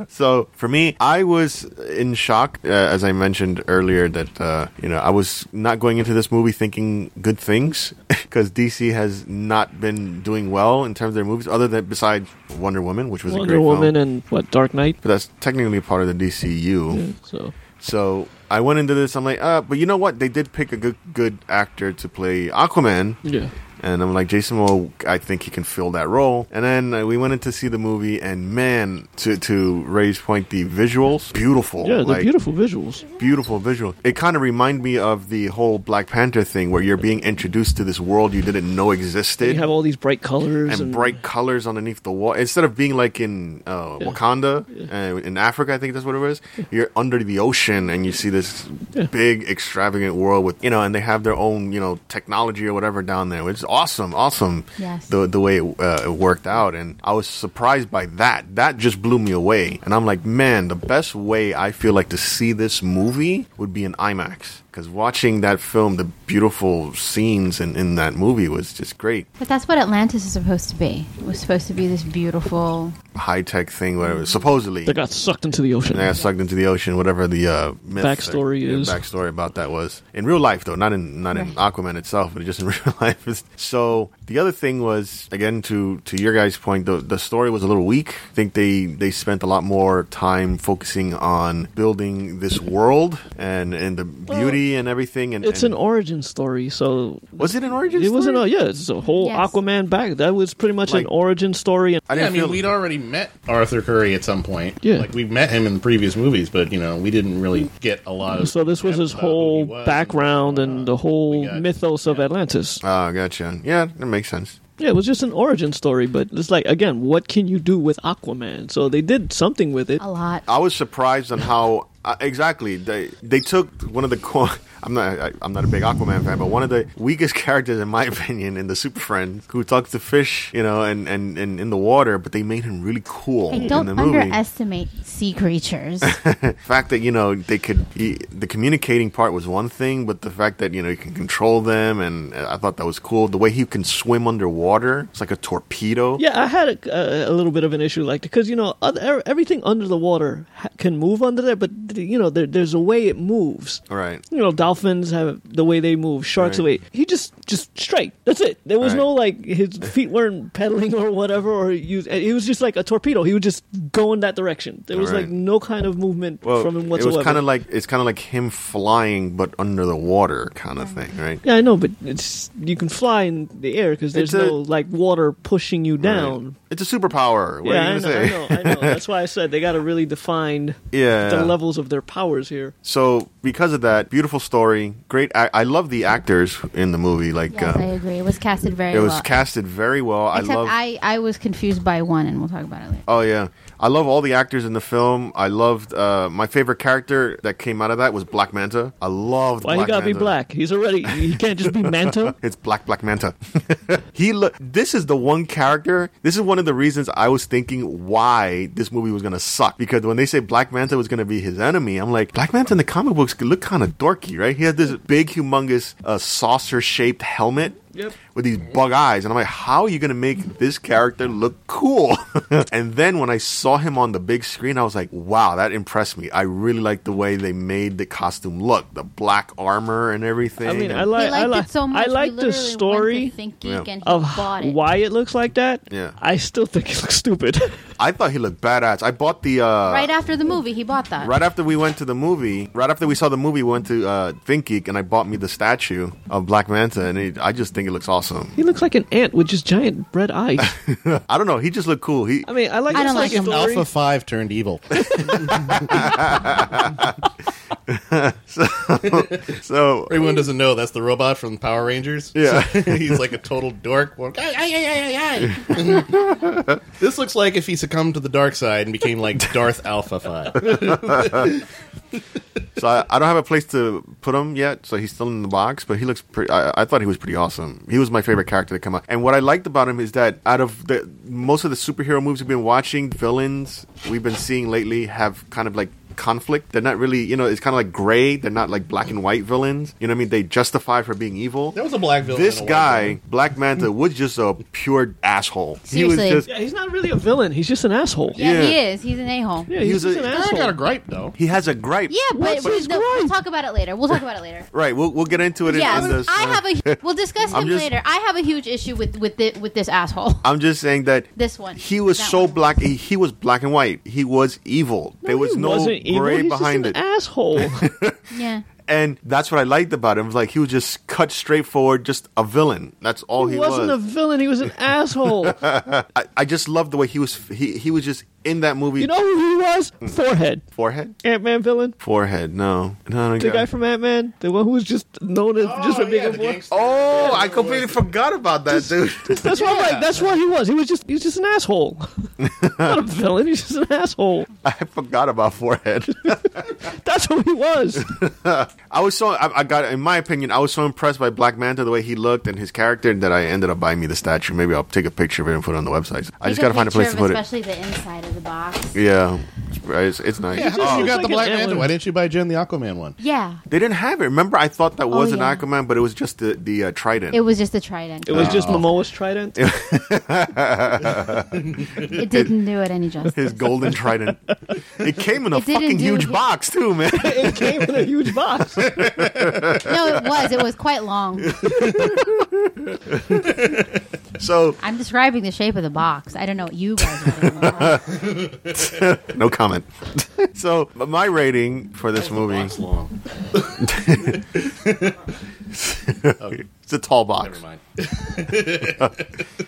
Speaker 4: [LAUGHS] so for me, I was in shock uh, as I mentioned earlier that uh, you know I was not going into this movie thinking good things [LAUGHS] because DC has not been doing well in terms of their movies, other than besides Wonder Woman, which was a
Speaker 3: Wonder
Speaker 4: great
Speaker 3: Woman
Speaker 4: film.
Speaker 3: and, what, Dark Knight?
Speaker 4: but that's technically part of the DCU.
Speaker 3: Yeah, so.
Speaker 4: So I went into this. I'm like, uh, but you know what? They did pick a good good actor to play Aquaman,
Speaker 3: Yeah.
Speaker 4: and I'm like, Jason Momoa. I think he can fill that role. And then uh, we went in to see the movie, and man, to to Ray's point, the visuals, beautiful,
Speaker 3: Yeah, they're
Speaker 4: Oh, like,
Speaker 3: beautiful visuals.
Speaker 4: beautiful visual. It kind of reminded me of the whole Black Panther thing, where you're being introduced to this world you didn't know
Speaker 3: You
Speaker 4: existed.
Speaker 3: have all these bright colors.
Speaker 4: and,
Speaker 3: And,
Speaker 4: bright colors underneath the wall. Instead of being like in uh, Wakanda, uh, in Africa, I think that's what it was. You're under the ocean and you see this big, extravagant world with you know, and they have their own you know technology or whatever down there. It's awesome, awesome.
Speaker 1: Yes.
Speaker 4: The the way it, uh, it worked out, and I was surprised by that. That just blew me away, and I'm like, man, the best way I feel like to see this movie would be in IMAX. Because watching that film, the beautiful scenes in, in that movie was just great.
Speaker 1: But that's what Atlantis is supposed to be. It was supposed to be this beautiful.
Speaker 4: high tech thing,
Speaker 3: Mm-hmm.
Speaker 4: whatever. Supposedly,
Speaker 3: They got sucked into the ocean.
Speaker 4: they got sucked into the ocean, whatever the uh, myth
Speaker 3: Backstory
Speaker 4: the
Speaker 3: is.
Speaker 4: backstory about that was in real life, though, not in not in
Speaker 1: Right.
Speaker 4: Aquaman itself, but just in [LAUGHS] real life. So the other thing was again to to your guys' point, the the story was a little weak. I think they they spent a lot more time focusing on building this world and and the beauty and everything. And
Speaker 3: It's
Speaker 4: and-
Speaker 3: an origin story, so
Speaker 4: was it an origin?
Speaker 3: it wasn't.
Speaker 4: story?
Speaker 3: A, yeah, it's a whole
Speaker 1: Yes.
Speaker 3: Aquaman back. That was pretty much an
Speaker 4: Like-
Speaker 3: origin story. And
Speaker 4: I
Speaker 2: Yeah, I
Speaker 4: didn't
Speaker 2: mean,
Speaker 4: feel
Speaker 2: we'd already met Arthur Curry at some point.
Speaker 3: Yeah.
Speaker 2: like we met him in the previous movies, but you know, we didn't really get a lot of.
Speaker 3: so this was his
Speaker 2: about who
Speaker 3: whole
Speaker 2: he was
Speaker 3: background and the whole
Speaker 2: we got-
Speaker 3: mythos of Atlantis.
Speaker 4: Oh, gotcha. Yeah, that makes sense.
Speaker 3: Yeah, it was just an origin story, but it's like again, what can you do with Aquaman? So they did something with it.
Speaker 1: A lot.
Speaker 4: I was surprised on how uh, exactly they they took one of the co- [LAUGHS] I'm not I, I'm not a big Aquaman fan, but one of the weakest [LAUGHS] characters in my opinion in the Super Friends who talks to fish, you know, and and, and in the water, but they made him really cool
Speaker 1: I
Speaker 4: in
Speaker 1: don't
Speaker 4: the movie. [LAUGHS]
Speaker 1: underestimate sea creatures.
Speaker 4: fact that you know they could y- the communicating part was one thing but the fact that you know you can control them and uh, i thought that was cool the way he can swim underwater it's like a torpedo
Speaker 3: Yeah, I had a, a, a little bit of an issue like because you know other, everything under the water ha- can move under there, but you know there, there's a way it moves.
Speaker 4: all right
Speaker 3: You know, dolphins have the way they move. Sharks the
Speaker 4: Right.
Speaker 3: way he just just straight. That's it. There was
Speaker 4: Right.
Speaker 3: no like his feet weren't pedaling or whatever, or use. It was just like a torpedo. He would just go in that direction. There was
Speaker 4: Right.
Speaker 3: like no kind of movement
Speaker 4: well
Speaker 3: from him
Speaker 4: it
Speaker 3: whatsoever.
Speaker 4: was kind of like it's kind of like him flying but under the water kind of thing right
Speaker 3: yeah, I know, but it's you can fly in the air because there's
Speaker 4: It's a-
Speaker 3: no like water pushing you down.
Speaker 4: Right. it's a superpower what
Speaker 3: yeah,
Speaker 4: are
Speaker 3: I
Speaker 4: you
Speaker 3: know,
Speaker 4: gonna
Speaker 3: I
Speaker 4: say
Speaker 3: know, I know. That's why I said they got to really define
Speaker 4: [LAUGHS] Yeah.
Speaker 3: the levels of their powers here.
Speaker 4: [LAUGHS] so because of that beautiful story great i, I love the actors in the movie like
Speaker 1: yes, I
Speaker 4: um,
Speaker 1: agree. It was casted very
Speaker 4: it was
Speaker 1: well.
Speaker 4: casted very well
Speaker 1: Except
Speaker 4: i love
Speaker 1: I, I was confused by one, and we'll talk about it later.
Speaker 4: Oh yeah, I love all the actors in the film. I loved uh, my favorite character that came out of that was Black Manta. I loved.
Speaker 3: Why
Speaker 4: Black
Speaker 3: he got to be
Speaker 4: Manta.
Speaker 3: black? He's already. He can't just be
Speaker 4: [LAUGHS]
Speaker 3: Manta.
Speaker 4: It's Black Black Manta. he look. This is the one character. This is one of the reasons I was thinking why this movie was gonna suck because when they say Black Manta was gonna be his enemy, I'm like Black Manta in the comic books could look kind of dorky, right? He had this big, humongous uh, saucer shaped helmet.
Speaker 3: Yep.
Speaker 4: With these bug eyes, and I'm like, how are you gonna make this character look cool? [LAUGHS] and then when I saw him on the big screen, I was like, wow, that impressed me. I really like the way they made the costume look, the black armor and everything.
Speaker 3: I mean, I
Speaker 4: And-
Speaker 1: We
Speaker 3: like.
Speaker 1: liked
Speaker 3: I like.
Speaker 1: it so much.
Speaker 3: I like the story
Speaker 1: Think geek
Speaker 4: Yeah.
Speaker 1: and he
Speaker 3: of
Speaker 1: bought it.
Speaker 3: why it looks like that.
Speaker 4: Yeah.
Speaker 3: I still think it looks stupid. [LAUGHS]
Speaker 4: I thought he looked badass. I bought the uh,
Speaker 1: Right after the movie, he bought that.
Speaker 4: right after we went to the movie. Right after we saw the movie, we went to uh, Think Geek and I bought me the statue of Black Manta, and it, I just think it looks awesome. [LAUGHS]
Speaker 3: he looks like an ant with just giant red eyes.
Speaker 4: I don't know. He just looked cool. He
Speaker 3: I mean, I like.
Speaker 1: I
Speaker 3: this,
Speaker 1: don't like him.
Speaker 3: story.
Speaker 2: Alpha Five
Speaker 3: [LAUGHS]
Speaker 2: turned evil.
Speaker 4: so
Speaker 2: Everyone doesn't know that's the robot from Power Rangers.
Speaker 4: Yeah.
Speaker 2: So [LAUGHS] he's like a total dork. Well, "Ay, ay, ay, ay, ay,
Speaker 3: [LAUGHS]
Speaker 2: ay." this looks like if he succumbed to the dark side and became like Darth
Speaker 3: [LAUGHS]
Speaker 2: Alpha Five.
Speaker 4: so I, I don't have a place to put him yet. So he's still in the box, but he looks pretty. I, I thought he was pretty awesome. He was my favorite character to come out. And what I liked about him is that out of the most of the superhero movies we've been watching, villains we've been seeing lately have kind of like conflict. They're not really, you know, it's kind of like gray. They're not like black and white villains. You know what I mean? They justify for being evil.
Speaker 2: There was a black villain.
Speaker 4: This
Speaker 2: and a white
Speaker 4: guy,
Speaker 2: villain.
Speaker 4: Black Manta, was just a pure asshole. He
Speaker 1: Seriously.
Speaker 4: was just.
Speaker 3: Yeah, he's not really a villain. He's just an asshole.
Speaker 1: yeah,
Speaker 4: Yeah.
Speaker 1: he is. He's an a hole. Yeah,
Speaker 3: Yeah, he's,
Speaker 4: He was
Speaker 3: just
Speaker 4: a-
Speaker 3: an
Speaker 4: I
Speaker 2: I
Speaker 3: asshole.
Speaker 2: got a gripe though.
Speaker 4: He has a gripe.
Speaker 1: but
Speaker 3: What's
Speaker 1: we,
Speaker 3: his
Speaker 1: no, we'll
Speaker 3: gripe?
Speaker 1: talk about it later. We'll talk about it
Speaker 4: [LAUGHS]
Speaker 1: later.
Speaker 4: Right. We'll, we'll get into it in-
Speaker 1: yes,
Speaker 4: in, this. uh,
Speaker 1: I have a. We'll discuss
Speaker 4: I'm
Speaker 1: him
Speaker 4: just-
Speaker 1: later. I have a huge issue with with the, with this asshole.
Speaker 4: [LAUGHS] I'm just saying that
Speaker 1: This one.
Speaker 4: He was
Speaker 1: That
Speaker 4: so
Speaker 1: one.
Speaker 4: black. He, he was black and white. He was evil. there was
Speaker 3: he
Speaker 4: no
Speaker 3: wasn't evil.
Speaker 4: gray
Speaker 3: he's
Speaker 4: behind
Speaker 3: just
Speaker 4: it.
Speaker 3: an
Speaker 4: [LAUGHS]
Speaker 3: Asshole.
Speaker 1: yeah.
Speaker 4: and that's what I liked about him. Like he was just cut straight forward, just a villain. That's all he,
Speaker 3: he wasn't a
Speaker 4: was.
Speaker 3: villain. He was an
Speaker 4: [LAUGHS]
Speaker 3: asshole.
Speaker 4: I I just loved the way he was. He he was just in that movie.
Speaker 3: You know who he was?
Speaker 4: Hmm.
Speaker 3: Forehead.
Speaker 4: forehead.
Speaker 3: Ant Man villain.
Speaker 4: Forehead. No, no, no.
Speaker 3: The guy from Ant Man, the one who was just known as just a bigger boy.
Speaker 4: Oh, I completely forgot about that dude. [LAUGHS]
Speaker 3: That's why I'm like, that's what he was. He was just he's just an asshole. [LAUGHS] Not a villain, he's just an asshole.
Speaker 4: I forgot about forehead.
Speaker 3: That's who he was.
Speaker 4: I was so I, I got in my opinion I was so impressed by Black Manta the way he looked and his character that I ended up buying me the statue. Maybe I'll take a picture of it and put it on the website. I just
Speaker 1: Take
Speaker 4: got to find a
Speaker 1: picture
Speaker 4: place to
Speaker 1: of
Speaker 4: put it.
Speaker 1: Especially the inside of the box.
Speaker 4: Yeah, it's, it's nice.
Speaker 2: Yeah,
Speaker 4: Oh,
Speaker 2: how come you
Speaker 3: It's
Speaker 2: got
Speaker 3: like
Speaker 2: the
Speaker 3: an
Speaker 2: Black
Speaker 3: antler.
Speaker 2: Manta? Why didn't you buy Jen the Aquaman one?
Speaker 1: Yeah.
Speaker 4: they didn't have it. Remember, I thought that was
Speaker 1: Oh, yeah.
Speaker 4: an Aquaman, but it was just the the uh, trident.
Speaker 1: It was just a trident.
Speaker 4: [LAUGHS]
Speaker 3: It was just
Speaker 4: Oh.
Speaker 3: Momoa's trident. [LAUGHS]
Speaker 1: It didn't do it any justice.
Speaker 4: [LAUGHS]
Speaker 1: [LAUGHS]
Speaker 4: his golden trident. It came in a
Speaker 1: It didn't
Speaker 4: fucking
Speaker 1: do
Speaker 4: huge
Speaker 1: his-
Speaker 4: box too, man. [LAUGHS]
Speaker 3: It came in a huge box.
Speaker 1: No, it was. It was quite long.
Speaker 4: so
Speaker 1: I'm describing the shape of the box. I don't know what you guys are doing.
Speaker 4: [LAUGHS] no comment. [LAUGHS] so but my rating for this movie,
Speaker 2: Box long.
Speaker 4: it's a tall box.
Speaker 2: Never mind.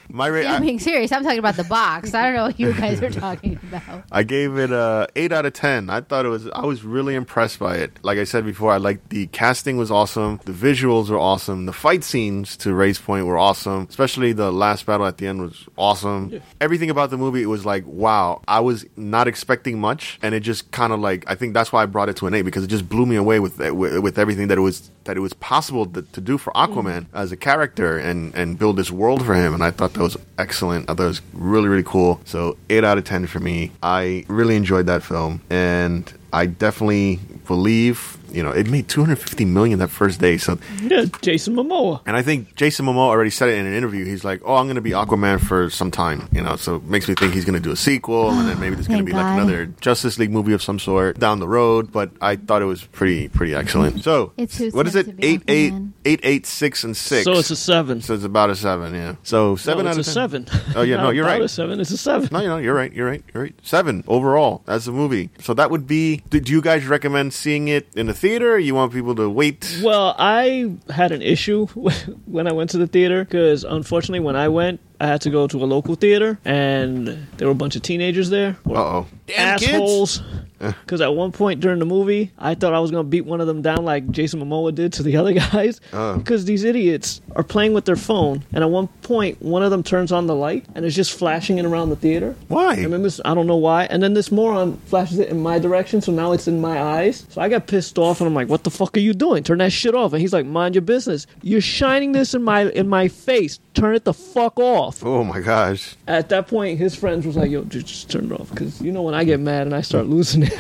Speaker 4: My rating.
Speaker 1: I'm being serious. I'm talking about the box. I don't know what you guys are talking [LAUGHS] about.
Speaker 4: I gave it a eight out of ten. I thought it was. I was really impressed by it. Like I said before, I liked the casting was awesome. The visuals were awesome. The fight scenes, to Ray's point, were awesome. Especially the last battle at the end was awesome. Everything about the movie, it was like, wow. I was not expecting much, and it just kind of like. I think that's why I brought it to an eight because it just blew me away with with, with everything that it was that it was possible th- to do for Aquaman as a character and and build this world for him. And I thought that was excellent. I thought it was really really cool. So eight out of ten for me. I really enjoyed that film, and I definitely believe you know it made 250 million that first day. So
Speaker 3: Yeah, Jason Momoa.
Speaker 4: and I think Jason Momoa already said it in an interview. He's like, "Oh, I'm going to be Aquaman for some time," you know. So it makes me think he's going to do a sequel, and then maybe there's going to
Speaker 1: Thank
Speaker 4: be like
Speaker 1: God.
Speaker 4: another Justice League movie of some sort down the road. But I thought it was pretty, pretty excellent. So
Speaker 1: It's who's
Speaker 4: what is
Speaker 1: meant
Speaker 4: it?
Speaker 1: to be
Speaker 4: Eight, eight,
Speaker 1: Aquaman.
Speaker 4: eight, eight, six, and six.
Speaker 3: So it's a seven.
Speaker 4: So it's about a seven. Yeah. So seven
Speaker 3: no,
Speaker 4: out
Speaker 3: it's
Speaker 4: of
Speaker 3: a
Speaker 4: 10.
Speaker 3: seven.
Speaker 4: [LAUGHS] Oh, yeah,
Speaker 3: [LAUGHS] Not
Speaker 4: no, you're
Speaker 3: about
Speaker 4: right.
Speaker 3: A seven. It's a seven.
Speaker 4: No, you know, you're right. You're right. You're right. Seven overall. That's a movie. So that would be. Did you guys recommend seeing it in the theater? You want people to wait?
Speaker 3: Well, I had an issue [LAUGHS] when I went to the theater because unfortunately, when I went, I had to go to a local theater and there were a bunch of teenagers there. who
Speaker 4: Uh
Speaker 3: were
Speaker 4: oh.
Speaker 2: Damn kids.
Speaker 3: assholes. Because at one point during the movie, I thought I was going to beat one of them down like Jason Momoa did to the [LAUGHS] other guys.
Speaker 2: Uh.
Speaker 3: Because these idiots are playing with their phone, and at one point, one of them turns on the light and it's just flashing it around the theater.
Speaker 4: Why?
Speaker 3: And then this, I don't know why. And then this moron flashes it in my direction, so now it's in my eyes. So I got pissed off, and I'm like, "What the fuck are you doing? Turn that shit off!" And he's like, "Mind your business. You're shining this in my in my face. Turn it the fuck off."
Speaker 4: Oh my gosh.
Speaker 3: At that point, his friends was like, "Yo, just, just turn it off," because you know when I get mad and I start losing it.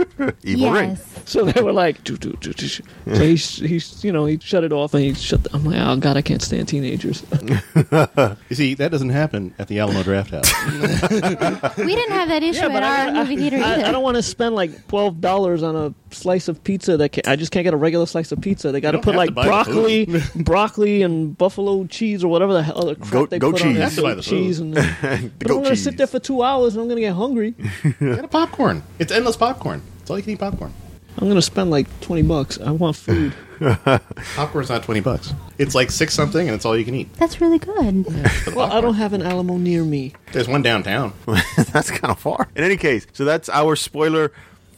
Speaker 3: [LAUGHS]
Speaker 4: Evil ring.
Speaker 3: so they were like, "Dude, dude, dude, dude." So he, sh- he, sh- you know, he shut it off and he shut. The- I'm like, "Oh God, I can't stand teenagers." [LAUGHS]
Speaker 2: You see, that doesn't happen at the Alamo Draft [LAUGHS] House.
Speaker 1: we didn't have that issue at our movie theater either.
Speaker 3: I, I don't want to spend like twelve dollars on a slice of pizza that can- I just can't get a regular slice of pizza. They got to
Speaker 2: don't
Speaker 3: put
Speaker 2: have
Speaker 3: like
Speaker 2: to buy the
Speaker 3: broccoli, broccoli and buffalo cheese or whatever the hell other crap
Speaker 4: Goat-
Speaker 3: they
Speaker 4: goat
Speaker 3: put on
Speaker 4: cheese.
Speaker 3: it.
Speaker 4: Have
Speaker 2: to buy the
Speaker 3: Goat cheese and. But I'm
Speaker 4: Goat
Speaker 3: gonna
Speaker 4: cheese.
Speaker 3: sit there for two hours and I'm gonna get hungry.
Speaker 2: Get a popcorn. It's endless popcorn. It's all you can eat popcorn.
Speaker 3: I'm gonna spend like twenty bucks. I want food.
Speaker 2: Popcorn's not twenty bucks. It's like six something, and it's all you can eat.
Speaker 1: That's really good.
Speaker 2: For the
Speaker 3: Well, I
Speaker 2: popcorn.
Speaker 3: don't have an Alamo near me.
Speaker 2: There's one downtown.
Speaker 4: [LAUGHS] that's kind of far. In any case, so that's our spoiler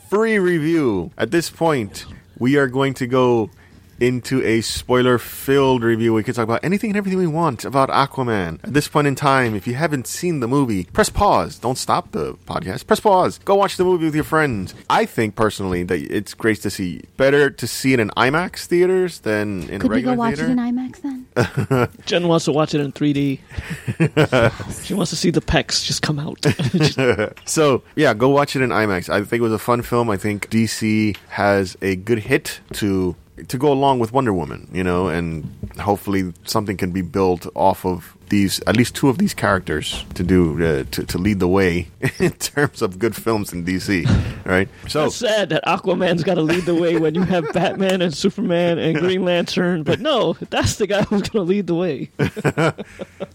Speaker 4: free review. At this point, we are going to go into a spoiler filled review. We can talk about anything and everything we want about Aquaman. At this point in time, if you haven't seen the movie, press pause. Don't stop the podcast. Press pause. Go watch the movie with your friends. I think personally that it's great to see better to see it in IMAX theaters than in
Speaker 1: Could we
Speaker 4: regular
Speaker 1: go watch
Speaker 4: theater.
Speaker 1: it in IMAX [LAUGHS] then?
Speaker 3: Jen wants to watch it in
Speaker 4: [LAUGHS]
Speaker 3: 3D. she wants to see the pecs just come out. [LAUGHS]
Speaker 4: So yeah, go watch it in IMAX. I think it was a fun film. I think DC has a good hit to to go along with Wonder Woman, you know, and hopefully something can be built off of these at least two of these characters to do uh, to, to lead the way [LAUGHS] in terms of good films in DC, right? So
Speaker 3: It's sad that Aquaman's got to lead the way when you have Batman and Superman and Green Lantern, but no, that's the guy who's going to lead the way.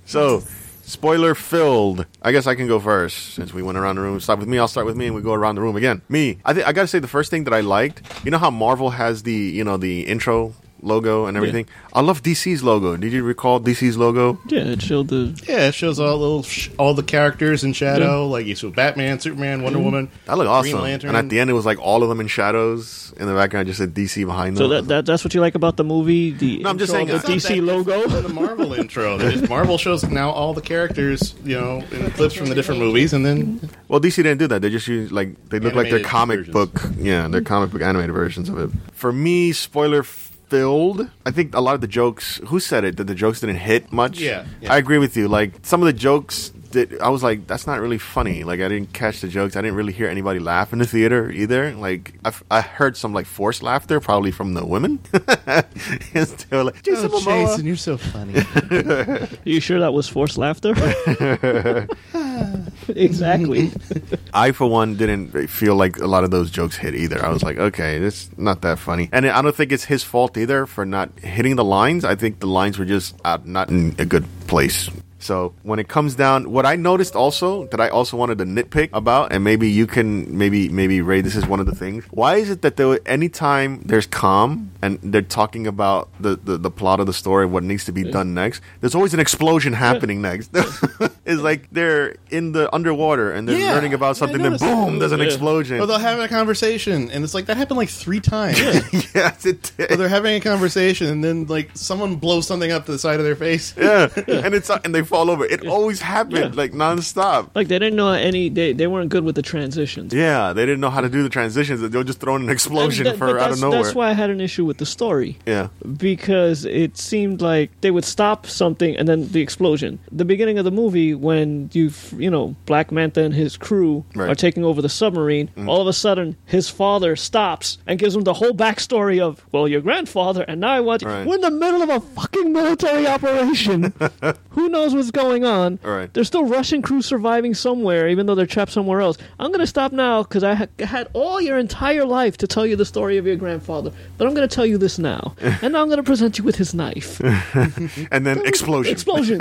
Speaker 4: So, spoiler filled. I guess I can go first since we went around the room. Start with me. I'll start with me, and we go around the room again. Me. I think I gotta say the first thing that I liked. You know how Marvel has the you know the intro logo and everything. I love DC's logo. Did you recall DC's logo?
Speaker 3: Yeah, it showed the.
Speaker 2: Yeah, it shows all the little sh- all the characters in shadow. Like you saw Batman, Superman, Wonder Woman.
Speaker 4: Mm-hmm. That looked
Speaker 2: Green
Speaker 4: awesome.
Speaker 2: Lantern.
Speaker 4: And at the end, it was like all of them in shadows in the background. Just said DC behind them.
Speaker 3: So that, that that's what you like about the movie. The
Speaker 4: No, I'm just
Speaker 3: intro
Speaker 4: saying
Speaker 3: of the
Speaker 4: it's
Speaker 3: DC
Speaker 2: from
Speaker 3: logo.
Speaker 2: the Marvel
Speaker 4: [LAUGHS]
Speaker 2: intro. They just- Marvel shows now all the characters, you know, in clips from the different movies, and then
Speaker 4: Well, DC didn't do that. They just used like they look like their
Speaker 2: Animated
Speaker 4: comic
Speaker 2: versions.
Speaker 4: book, yeah, their comic book animated versions of it. For me, spoiler filled. I think a lot of the jokes. Who said it that the jokes didn't hit much?
Speaker 2: Yeah, yeah.
Speaker 4: I agree with you. Like some of the jokes. That I was like, that's not really funny. Like I didn't catch the jokes. I didn't really hear anybody laugh in the theater either. Like I, f- I heard some like forced laughter, probably from the women. [LAUGHS] they were like, Jason
Speaker 2: Oh,
Speaker 4: Momoa.
Speaker 2: you're so funny.
Speaker 3: Are you sure that was
Speaker 4: [LAUGHS]
Speaker 3: forced laughter? [LAUGHS] exactly.
Speaker 4: I, for one, didn't feel like a lot of those jokes hit either. I was like, okay, this not that funny, and I don't think it's his fault either for not hitting the lines. I think the lines were just uh, not in a good place. So when it comes down, what I noticed also that I also wanted to nitpick about, and maybe you can maybe maybe Ray, this is one of the things. Why is it that there anytime there's calm and they're talking about the, the the plot of the story, what needs to be done next, there's always an explosion happening next. [LAUGHS] it's like they're in the underwater and they're
Speaker 2: Yeah.
Speaker 4: learning about
Speaker 2: Yeah, I
Speaker 4: something, then
Speaker 2: noticed that.
Speaker 4: boom, there's an
Speaker 3: Yeah.
Speaker 4: explosion.
Speaker 2: Or
Speaker 4: [LAUGHS]
Speaker 2: they'll have a conversation, and it's like that happened like three times.
Speaker 4: yes, it [LAUGHS]
Speaker 2: Or
Speaker 4: did.
Speaker 2: they're having a conversation, and then like someone blows something up to the side of their face.
Speaker 4: Yeah, and it's and they fall over. It always happened
Speaker 3: Yeah.
Speaker 4: like nonstop.
Speaker 3: Like they didn't know any. They, they weren't good with the transitions.
Speaker 4: Yeah, they didn't know how to do the transitions. They were just throwing an explosion
Speaker 3: And that- but
Speaker 4: for out of
Speaker 3: that's-
Speaker 4: nowhere.
Speaker 3: That's why I had an issue with the story.
Speaker 4: yeah,
Speaker 3: because it seemed like they would stop something and then the explosion. The beginning of the movie when you f- you know Black Manta and his crew
Speaker 4: Right. Mm.
Speaker 3: are taking over the submarine, all of a sudden his father stops and gives him the whole backstory of well your grandfather and now I want
Speaker 4: Right.
Speaker 3: we're in the middle of a fucking military
Speaker 4: [LAUGHS]
Speaker 3: operation. Who knows what's going on?
Speaker 4: Right.
Speaker 3: There's still Russian crew surviving somewhere even though they're trapped somewhere else. I'm going to stop now cuz I ha- had all your entire life to tell you the story of your grandfather, but I'm going to tell you this now. and now I'm going to present you with his knife.
Speaker 4: and then explosion. [LAUGHS]
Speaker 3: Explosion.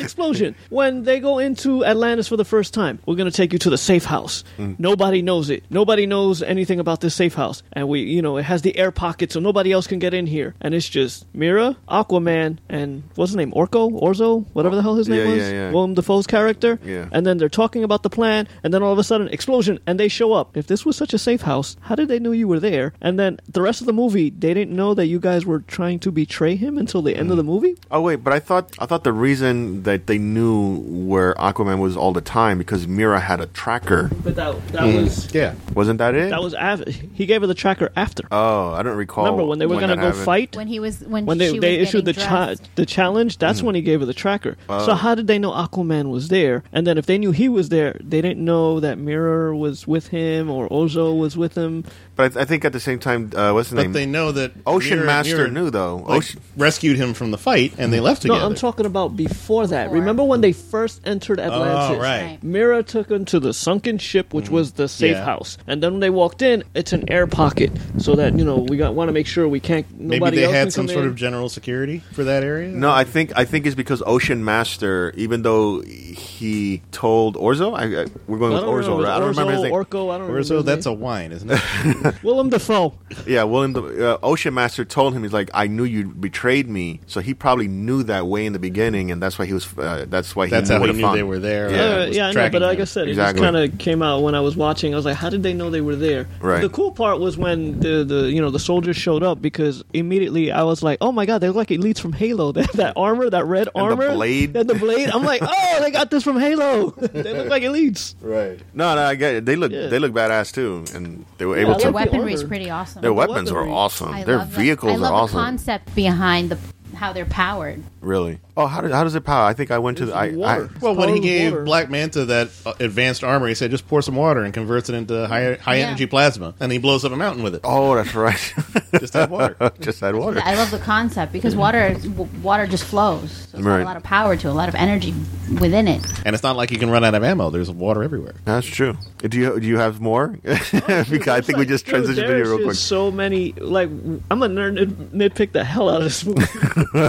Speaker 3: Explosion. When they go into Atlantis for the first time, we're going to take you to the safe house.
Speaker 4: Hmm.
Speaker 3: Nobody knows it. Nobody knows anything about this safe house. And we, you know, it has the air pocket so nobody else can get in here. And it's just Mira, Aquaman, and what's his name? Orko? Orzo? Whatever the hell his name
Speaker 4: Yeah,
Speaker 3: was?
Speaker 4: yeah, yeah.
Speaker 3: Willem Dafoe's character.
Speaker 4: Yeah.
Speaker 3: And then they're talking about the plan, and then all of a sudden, explosion, and they show up. If this was such a safe house, how did they know you were there? And then the rest of the movie, they didn't know that you guys were trying to betray him until the end of the movie?
Speaker 4: Oh wait, but I thought I thought the reason that they knew where Aquaman was all the time because Mira had a tracker.
Speaker 3: But that, that
Speaker 4: Mm.
Speaker 3: was
Speaker 2: Yeah.
Speaker 4: Wasn't that it?
Speaker 3: That was av- he gave her the tracker after.
Speaker 4: oh, I don't recall.
Speaker 3: Remember when they were gonna
Speaker 4: that
Speaker 3: go
Speaker 4: happened.
Speaker 3: fight?
Speaker 1: when he was when,
Speaker 3: When they,
Speaker 1: she
Speaker 3: they
Speaker 1: was
Speaker 3: issued the
Speaker 1: getting
Speaker 3: cha-
Speaker 1: dressed.
Speaker 3: the challenge, that's
Speaker 4: Mm.
Speaker 3: when he gave her the tracker.
Speaker 4: Uh.
Speaker 3: so how did they know Aquaman was there? And then if they knew he was there, they didn't know that Mirror was with him or Ozo was with him.
Speaker 4: But I, th- I think at the same time, uh, what's the
Speaker 2: But
Speaker 4: name?
Speaker 2: they know that
Speaker 4: Ocean
Speaker 2: Mira-
Speaker 4: Master
Speaker 2: Mira,
Speaker 4: knew though.
Speaker 2: like,
Speaker 4: Ocean.
Speaker 2: rescued him from the fight, and they left together. Oh,
Speaker 3: No, I'm talking about before that.
Speaker 1: Before.
Speaker 3: Remember when they first entered Atlantis?
Speaker 2: right. Mm-hmm.
Speaker 1: Right.
Speaker 3: Mira took him to the sunken ship, which was the safe
Speaker 2: Yeah.
Speaker 3: house. And then when they walked in, it's an air pocket, so that you know we got want to make sure we can't. Nobody
Speaker 2: Maybe they
Speaker 3: else
Speaker 2: had
Speaker 3: can
Speaker 2: some
Speaker 3: come
Speaker 2: sort
Speaker 3: in.
Speaker 2: of general security for that area.
Speaker 4: No, I think I think it's because Ocean Master, even though he told Orzo, I, I, we're going
Speaker 3: I
Speaker 4: with
Speaker 3: don't
Speaker 4: Orzo.
Speaker 3: remember.
Speaker 4: right? I don't remember his name.
Speaker 3: Orko. I don't remember.
Speaker 2: Orzo, that's a wine, isn't
Speaker 3: [LAUGHS]
Speaker 2: it?
Speaker 3: Willem Dafoe.
Speaker 4: yeah, William. The, uh, Ocean Master told him he's like, I knew you betrayed me, so he probably knew that way in the beginning, and that's why he was. Uh, that's why he
Speaker 2: That's
Speaker 4: knew
Speaker 2: how
Speaker 4: where
Speaker 2: he
Speaker 4: to
Speaker 2: knew
Speaker 4: find-
Speaker 2: they were there.
Speaker 4: Yeah.
Speaker 2: or
Speaker 3: Uh,
Speaker 2: was
Speaker 3: yeah, I know,
Speaker 2: tracking
Speaker 3: but like
Speaker 2: them.
Speaker 3: I said,
Speaker 4: Exactly.
Speaker 3: it just kind of came out when I was watching. I was like, how did they know they were there?
Speaker 4: Right.
Speaker 3: The cool part was when the, the you know the soldiers showed up because immediately I was like, oh my god, they look like elites from Halo. [LAUGHS] That, that armor, that red
Speaker 4: the
Speaker 3: armor,
Speaker 4: blade.
Speaker 3: and the blade. I'm like, oh, they got this from Halo. [LAUGHS] they look like elites.
Speaker 4: Right. No, no, I get it. They look
Speaker 3: Yeah.
Speaker 4: they look badass too, and they were able
Speaker 3: I
Speaker 4: to.
Speaker 1: Their
Speaker 3: like the
Speaker 1: weaponry is
Speaker 3: armor.
Speaker 1: pretty awesome.
Speaker 4: their weapons
Speaker 3: weaponry.
Speaker 4: are awesome.
Speaker 1: I
Speaker 4: their
Speaker 1: love that.
Speaker 4: vehicles
Speaker 1: I love
Speaker 4: are awesome.
Speaker 1: The concept behind the how they're powered.
Speaker 4: Really? Oh, how, do, how does it power? I think I went to the. I,
Speaker 3: It's
Speaker 4: I,
Speaker 3: water.
Speaker 2: Well, when he
Speaker 3: Powers
Speaker 2: gave
Speaker 3: water.
Speaker 2: Black Manta that uh, advanced armor, he said, "Just pour some water and converts it into high high
Speaker 1: Yeah.
Speaker 2: energy plasma," and he blows up a mountain
Speaker 4: [LAUGHS]
Speaker 2: with it.
Speaker 4: oh, that's right.
Speaker 2: Just add water.
Speaker 4: Just that water.
Speaker 1: I love the concept because water is- w- water just flows. So there's
Speaker 4: Right.
Speaker 1: a lot of power to it, a lot of energy within it.
Speaker 2: And it's not like you can run out of ammo. There's water everywhere.
Speaker 4: That's true. Do you do you have more? [LAUGHS] because I think [LAUGHS] we just
Speaker 3: Dude,
Speaker 4: transitioned
Speaker 3: there's
Speaker 4: video real quick.
Speaker 3: just So many, like I'm gonna nerd, nitpick the hell out of
Speaker 4: [LAUGHS]
Speaker 3: this movie.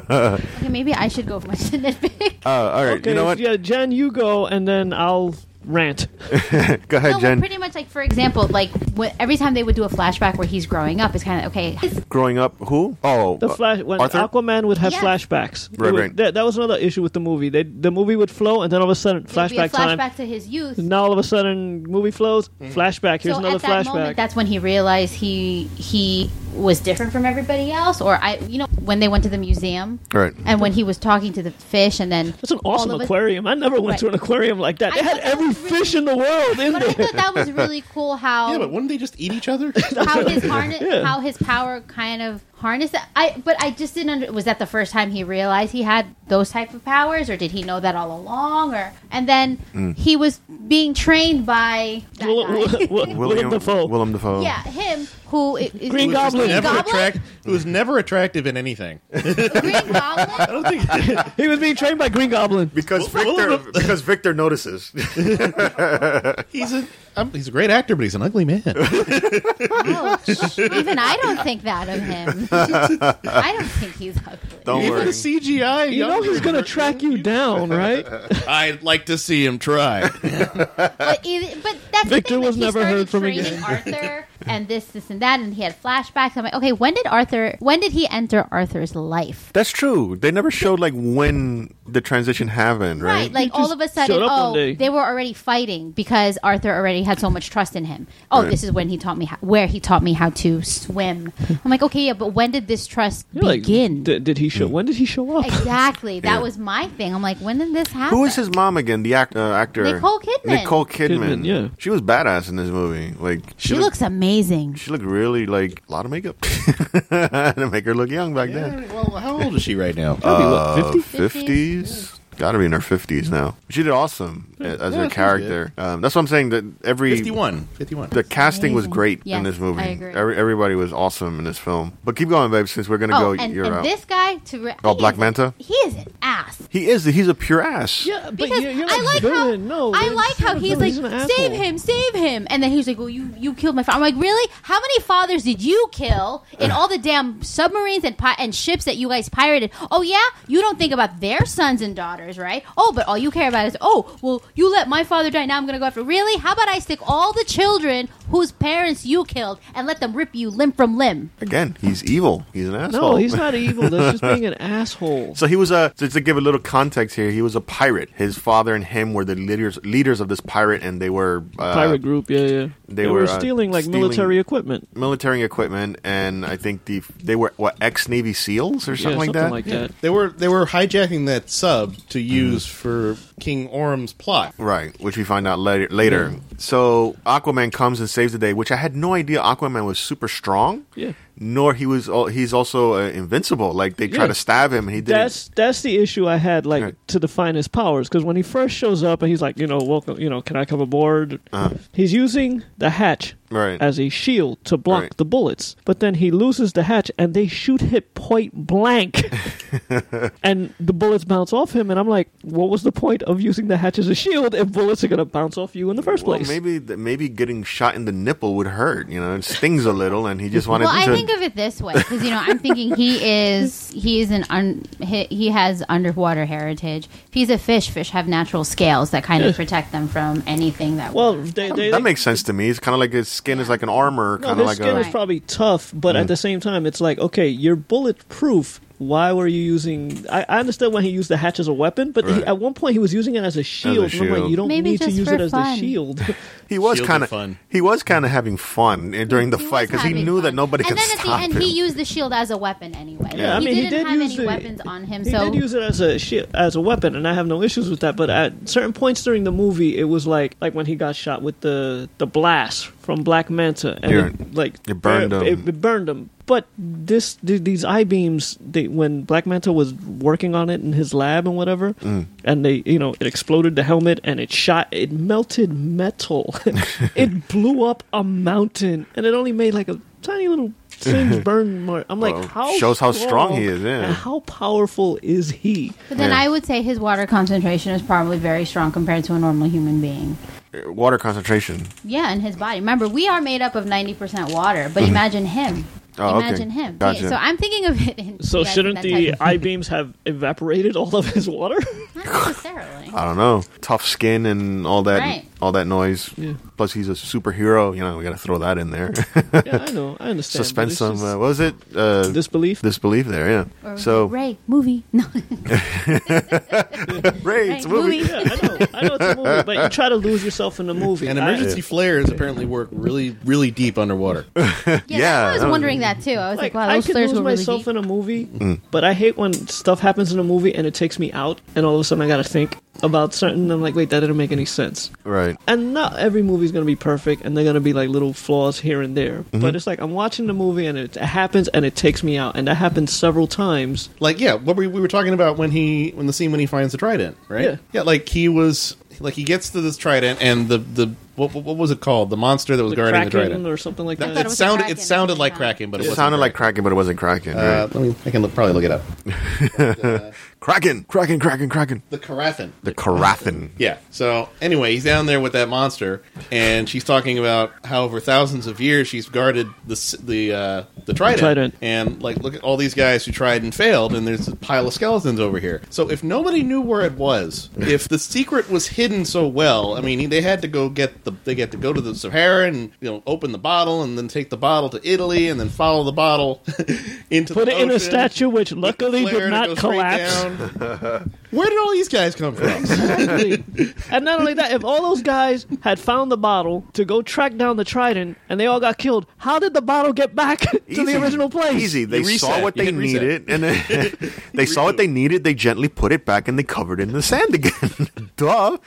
Speaker 1: Okay, maybe I should go for my nitpick.
Speaker 4: Uh, all right. you know what?
Speaker 3: Yeah, Jen, you go, and then I'll rant.
Speaker 4: [LAUGHS] Go ahead,
Speaker 1: No, well,
Speaker 4: Jen.
Speaker 1: pretty much like for example, like wh- every time they would do a flashback where he's growing up, it's kind of okay. It's
Speaker 4: Growing up, who? Oh,
Speaker 3: The
Speaker 4: uh,
Speaker 3: flash when
Speaker 4: Arthur?
Speaker 3: Aquaman would have
Speaker 1: Yes.
Speaker 3: flashbacks. It
Speaker 4: Right,
Speaker 3: would-
Speaker 4: right.
Speaker 3: That, that was another issue with the movie. They, the movie would flow, and then all of a sudden,
Speaker 1: it'd be a
Speaker 3: flashback,
Speaker 1: flashback
Speaker 3: time.
Speaker 1: to his youth.
Speaker 3: Now all of a sudden, movie flows.
Speaker 4: Mm-hmm.
Speaker 3: Flashback. Here's
Speaker 1: so
Speaker 3: another
Speaker 1: at that
Speaker 3: flashback.
Speaker 1: moment, that's when he realized he he was different from everybody else. Or I, you know, when they went to the museum,
Speaker 4: Right.
Speaker 1: And when he was talking to the fish, and then
Speaker 3: That's an
Speaker 1: all
Speaker 3: awesome
Speaker 1: of a-
Speaker 3: aquarium. I never went
Speaker 1: Right.
Speaker 3: to an aquarium like that.
Speaker 1: I
Speaker 3: They had
Speaker 1: thought that
Speaker 3: every
Speaker 1: was really-
Speaker 3: fish in the world in
Speaker 1: But I
Speaker 3: there.
Speaker 1: thought that
Speaker 3: [LAUGHS]
Speaker 1: was really cool. How
Speaker 2: Yeah, but wouldn't they just eat
Speaker 1: [LAUGHS]
Speaker 2: each other?
Speaker 1: how his harness,
Speaker 3: Yeah.
Speaker 1: how his power kind of harnessed that. I but I just didn't under, was that the first time he realized he had those type of powers or did he know that all along or and then he was being trained by that
Speaker 3: Will-
Speaker 1: guy.
Speaker 3: Will- Will-
Speaker 4: [LAUGHS]
Speaker 3: Willem
Speaker 4: William
Speaker 3: Dafoe.
Speaker 4: Willem
Speaker 1: [LAUGHS]
Speaker 4: Dafoe.
Speaker 1: yeah, him who i- is
Speaker 3: Green
Speaker 1: is
Speaker 3: Goblin.
Speaker 1: Green
Speaker 2: never
Speaker 1: Goblin?
Speaker 2: attract, who's never attractive in anything. I
Speaker 1: Green
Speaker 2: [LAUGHS]
Speaker 1: Goblin?
Speaker 2: don't think
Speaker 3: [LAUGHS] He was being trained by Green Goblin.
Speaker 4: Because
Speaker 2: Well, Willem
Speaker 4: Victor, because Victor notices. [LAUGHS]
Speaker 2: he's a um, he's a great actor, but he's an ugly man.
Speaker 1: Oh, sh- even I don't think that of him. I don't think he's ugly.
Speaker 4: Don't
Speaker 2: Even
Speaker 4: worry.
Speaker 2: CGI.
Speaker 3: You know he's gonna track you
Speaker 4: [LAUGHS]
Speaker 3: down, right?
Speaker 2: I'd like to see him [LAUGHS] try.
Speaker 1: But, either, but that's the
Speaker 3: Victor
Speaker 1: thing, like,
Speaker 3: was
Speaker 1: he
Speaker 3: never
Speaker 1: started
Speaker 3: heard from
Speaker 1: training
Speaker 3: again. [LAUGHS]
Speaker 1: Arthur and this, this, and that, and he had flashbacks. I'm like, okay, when did Arthur? When did he enter Arthur's life?
Speaker 4: That's true. They never showed like when the transition happened, right?
Speaker 1: Right, like
Speaker 3: He
Speaker 1: all
Speaker 3: just
Speaker 1: of a sudden,
Speaker 3: showed up one
Speaker 1: oh,
Speaker 3: day.
Speaker 1: they were already fighting because Arthur already had so much trust in him. Oh,
Speaker 4: Right.
Speaker 1: this is when he taught me how, where he taught me how to
Speaker 3: [LAUGHS]
Speaker 1: swim. I'm like, okay, yeah, but when did this trust
Speaker 3: You're like,
Speaker 1: begin?
Speaker 3: [LAUGHS] did, did he show?
Speaker 4: Hmm.
Speaker 3: When did he show up?
Speaker 1: exactly, that
Speaker 4: Yeah.
Speaker 1: was my thing. I'm like, when did this happen?
Speaker 4: Who is his mom again? The act, uh, actor
Speaker 1: Nicole Kidman.
Speaker 4: Nicole Kidman.
Speaker 3: Kidman, yeah.
Speaker 4: she was badass in this movie. Like
Speaker 1: She
Speaker 4: looked,
Speaker 1: looks amazing.
Speaker 4: she looked really like a lot of makeup [LAUGHS] to make her look young back then.
Speaker 2: Yeah, well, how old is she right now? Uh,
Speaker 3: Probably,
Speaker 4: Uh,
Speaker 3: what, 50?
Speaker 4: fifties. Got to be in her fifties now. She did awesome a- as
Speaker 2: Yeah,
Speaker 4: her
Speaker 2: she's
Speaker 4: character. Um, that's what I'm saying. That every
Speaker 2: 51. 51.
Speaker 4: the casting was
Speaker 1: Amazing.
Speaker 4: great in
Speaker 1: Yes,
Speaker 4: this movie.
Speaker 1: I agree.
Speaker 4: Every, everybody was awesome in this film. But keep going, babe. Since we're gonna
Speaker 1: Oh,
Speaker 4: go,
Speaker 1: and,
Speaker 4: you're
Speaker 1: and
Speaker 4: out.
Speaker 1: this guy to re-
Speaker 4: Oh,
Speaker 1: he
Speaker 4: Black
Speaker 1: is-
Speaker 4: Manta?
Speaker 1: He is an ass.
Speaker 4: he is. He's a pure ass.
Speaker 3: Yeah, but
Speaker 1: Because
Speaker 3: you're, you're
Speaker 1: I like how
Speaker 3: villain. no,
Speaker 1: I
Speaker 3: man,
Speaker 1: like
Speaker 3: you're
Speaker 1: how
Speaker 3: a
Speaker 1: he's
Speaker 3: villain.
Speaker 1: like,
Speaker 3: an
Speaker 1: save
Speaker 3: asshole."
Speaker 1: him, save him, and then he's like, well, you you killed my father. I'm like, really? How many fathers did you kill in all the damn submarines and pi- and ships that you guys pirated? Oh yeah, you don't think about their sons and daughters, right? Oh, but all you care about is, oh, well, you let my father die. Now I'm gonna go after. Really? How about I stick all the children whose parents you killed and let them rip you limb from limb?
Speaker 4: Again, he's evil. He's an asshole.
Speaker 3: No, he's not evil. That's just being an asshole.
Speaker 4: [LAUGHS] So he was a so to give a little context here. He was a pirate. His father and him were the leaders leaders of this pirate, and they were uh,
Speaker 3: Pirate group, yeah, yeah.
Speaker 4: they
Speaker 3: were,
Speaker 4: were, uh,
Speaker 3: stealing like
Speaker 4: stealing-
Speaker 3: military equipment,
Speaker 4: military equipment. And I think the they were what ex Navy SEALs or
Speaker 3: Yeah,
Speaker 4: something like that.
Speaker 3: like that.
Speaker 2: They were they were hijacking that sub to use for King Orm's plot.
Speaker 4: Right, which we find out later. Later, so Aquaman comes and saves the day, which I had no idea Aquaman was super strong.
Speaker 3: Yeah.
Speaker 4: nor he was. al- He's also uh, invincible. Like they try
Speaker 3: Yeah.
Speaker 4: to stab him, and he didn't.
Speaker 3: That's that's the issue I had, like
Speaker 4: Right.
Speaker 3: to define his powers, because when he first shows up and he's like, you know, welcome, you know, can I come aboard? He's using the hatch
Speaker 4: Uh-huh. Right.
Speaker 3: as a shield to block
Speaker 4: Right.
Speaker 3: the bullets, but then he loses the hatch and they shoot him point
Speaker 4: [LAUGHS]
Speaker 3: blank, and the bullets bounce off him, and I'm like, what was the point of using the hatch as a shield if bullets are gonna bounce off you in the first
Speaker 4: well,
Speaker 3: place?
Speaker 4: maybe th- maybe getting shot in the nipple would hurt. You know, it stings a little, and he just wanted
Speaker 1: Well, I
Speaker 4: to.
Speaker 1: think of it this way because you know I'm thinking
Speaker 4: [LAUGHS]
Speaker 1: he is he is an un, he, he has underwater heritage. If he's a fish, fish have natural scales that kind of protect them from anything that.
Speaker 3: Well, they,
Speaker 4: that
Speaker 3: they, they-
Speaker 4: makes sense to me. It's kind of like his skin is like an armor,
Speaker 3: No,
Speaker 4: kind of
Speaker 3: his
Speaker 4: like
Speaker 3: skin
Speaker 4: a. Mm.
Speaker 3: is probably tough, but at the same time, it's like okay, you're bulletproof. Why were you using? I, I understand when he used the hatch as a weapon, but he,
Speaker 4: Right.
Speaker 3: at one point he was using it as a shield. and I'm like,
Speaker 4: shield.
Speaker 3: you don't
Speaker 1: Maybe
Speaker 3: need to
Speaker 1: just
Speaker 3: use
Speaker 1: for
Speaker 3: it as
Speaker 1: fun.
Speaker 3: the shield. [LAUGHS]
Speaker 4: He was
Speaker 2: Shield
Speaker 4: kind
Speaker 2: of fun.
Speaker 4: of he was kind of having fun eh, during the
Speaker 1: He was
Speaker 4: fight because he
Speaker 1: having
Speaker 4: knew that
Speaker 1: fun.
Speaker 4: nobody
Speaker 1: and
Speaker 4: could
Speaker 1: then at
Speaker 4: stop
Speaker 1: the end,
Speaker 4: him.
Speaker 1: he used the shield as a weapon anyway.
Speaker 3: I
Speaker 1: he didn't
Speaker 3: mean, he did
Speaker 1: have
Speaker 3: use
Speaker 1: any
Speaker 3: it-
Speaker 1: weapons on him,
Speaker 3: he
Speaker 1: so
Speaker 3: did use it as a shi as a weapon, and I have no issues with that. But at certain points during the movie, it was like like when he got shot with the the blast from Black Manta, and
Speaker 4: Yeah.
Speaker 3: it, like
Speaker 4: It burned
Speaker 3: it,
Speaker 4: him.
Speaker 3: It, burned him. But this th- these eye beams, they, when Black Manta was working on it in his lab and whatever,
Speaker 4: Mm.
Speaker 3: and they you know it exploded the helmet and it shot it melted metal, [LAUGHS] it blew up a mountain, and it only made like a tiny little.
Speaker 4: [LAUGHS]
Speaker 3: Singe burn mark. I'm like,
Speaker 4: Well,
Speaker 3: how
Speaker 4: shows how strong he is, yeah.
Speaker 3: and how powerful is he?
Speaker 1: but then
Speaker 4: Yeah.
Speaker 1: I would say his water concentration is probably very strong compared to a normal human being.
Speaker 4: Eh, Water concentration.
Speaker 1: Yeah, in his body. Remember, we are made up of ninety percent water, but imagine him.
Speaker 4: Mm-hmm. Oh, okay.
Speaker 1: imagine him.
Speaker 4: Gotcha.
Speaker 1: So I'm thinking of it. In,
Speaker 3: So
Speaker 1: yes, in
Speaker 3: shouldn't
Speaker 1: that
Speaker 3: the
Speaker 1: type of-
Speaker 3: eye beams have evaporated all of his [LAUGHS] water?
Speaker 1: not necessarily?
Speaker 4: I don't know. Tough skin and all that
Speaker 1: Right.
Speaker 4: all that noise. Plus he's a superhero. You know, we got to throw that in there. [LAUGHS]
Speaker 3: yeah, I know, I understand. but
Speaker 4: Suspend
Speaker 3: it's
Speaker 4: some.
Speaker 3: just
Speaker 4: Uh, what was it? Uh,
Speaker 3: disbelief.
Speaker 4: disbelief there.
Speaker 1: Or
Speaker 4: Yeah.
Speaker 1: was
Speaker 4: So
Speaker 1: it Ray movie. [LAUGHS] No,
Speaker 4: Ray,
Speaker 1: Ray
Speaker 4: it's a movie.
Speaker 1: movie.
Speaker 3: [LAUGHS] yeah, I know, I know it's a movie, but you try to lose yourself in the movie.
Speaker 2: And
Speaker 3: I-
Speaker 2: emergency flares apparently work really, really deep [LAUGHS] underwater.
Speaker 1: Yeah,
Speaker 4: Yeah,
Speaker 1: that's- I
Speaker 4: that
Speaker 1: was
Speaker 4: was-
Speaker 1: wondering that too. I was
Speaker 3: like,
Speaker 1: like, wow,
Speaker 3: I
Speaker 1: those
Speaker 3: can
Speaker 1: slurs
Speaker 3: lose
Speaker 1: were really
Speaker 3: myself
Speaker 1: deep.
Speaker 3: in a movie,
Speaker 4: Mm.
Speaker 3: but I hate when stuff happens in a movie and it takes me out, and all of a sudden I got to think about certain. I'm like, wait, that didn't make any sense.
Speaker 4: Right.
Speaker 3: and not every movie's going to be perfect and they're going to be like little flaws here and there but it's like i'm watching the movie and it, it happens and it takes me out and that happens several times
Speaker 2: like yeah, what we, we were talking about when he when the scene when he finds the trident, right?
Speaker 3: Yeah.
Speaker 2: like he was like he gets to this trident and the the what, what what was it called? The monster that was
Speaker 3: the
Speaker 2: guarding
Speaker 3: Kraken
Speaker 2: the trident.
Speaker 3: or something like that,
Speaker 2: that
Speaker 1: thought it
Speaker 2: that
Speaker 1: was a
Speaker 2: sounded it
Speaker 1: Kraken,
Speaker 2: sounded
Speaker 1: yeah.
Speaker 2: like Kraken, but it,
Speaker 4: It
Speaker 2: wasn't
Speaker 4: sounded like
Speaker 2: Kraken.
Speaker 4: Kraken, but it wasn't Kraken.
Speaker 2: Uh,
Speaker 4: right.
Speaker 2: let me, I can look, probably look it up.
Speaker 4: Kraken, Kraken, Kraken, Kraken.
Speaker 2: The Karathan.
Speaker 4: The Karathin.
Speaker 2: Yeah. So anyway, he's down there with that monster, and she's talking about how over thousands of years she's guarded the s- the uh, the trident.
Speaker 3: trident.
Speaker 2: and like look at all these guys who tried and failed, and there's a pile of skeletons over here. So if nobody knew where it was, if the secret was hidden so well, I mean, they had to go get the they get to go to the Sahara and you know open the bottle and then take the bottle to Italy and then follow the bottle [LAUGHS] into
Speaker 3: put
Speaker 2: the
Speaker 3: it in a
Speaker 2: ocean
Speaker 3: statue which
Speaker 2: with the
Speaker 3: luckily
Speaker 2: flare
Speaker 3: did
Speaker 2: to
Speaker 3: not
Speaker 2: [LAUGHS] go straight
Speaker 3: collapse
Speaker 2: down. Where did all these guys come from?
Speaker 3: Exactly. and not only that, if all those guys had found the bottle to go track down the Trident and they all got killed, how did the bottle get back [LAUGHS] to
Speaker 4: Easy.
Speaker 3: the original place?
Speaker 4: Easy. They
Speaker 2: You
Speaker 4: saw
Speaker 2: reset.
Speaker 4: what
Speaker 2: You
Speaker 4: they
Speaker 2: hit reset.
Speaker 4: needed, and then [LAUGHS] they saw what they needed. They gently put it back, and they covered it in the sand again. [LAUGHS] Duh.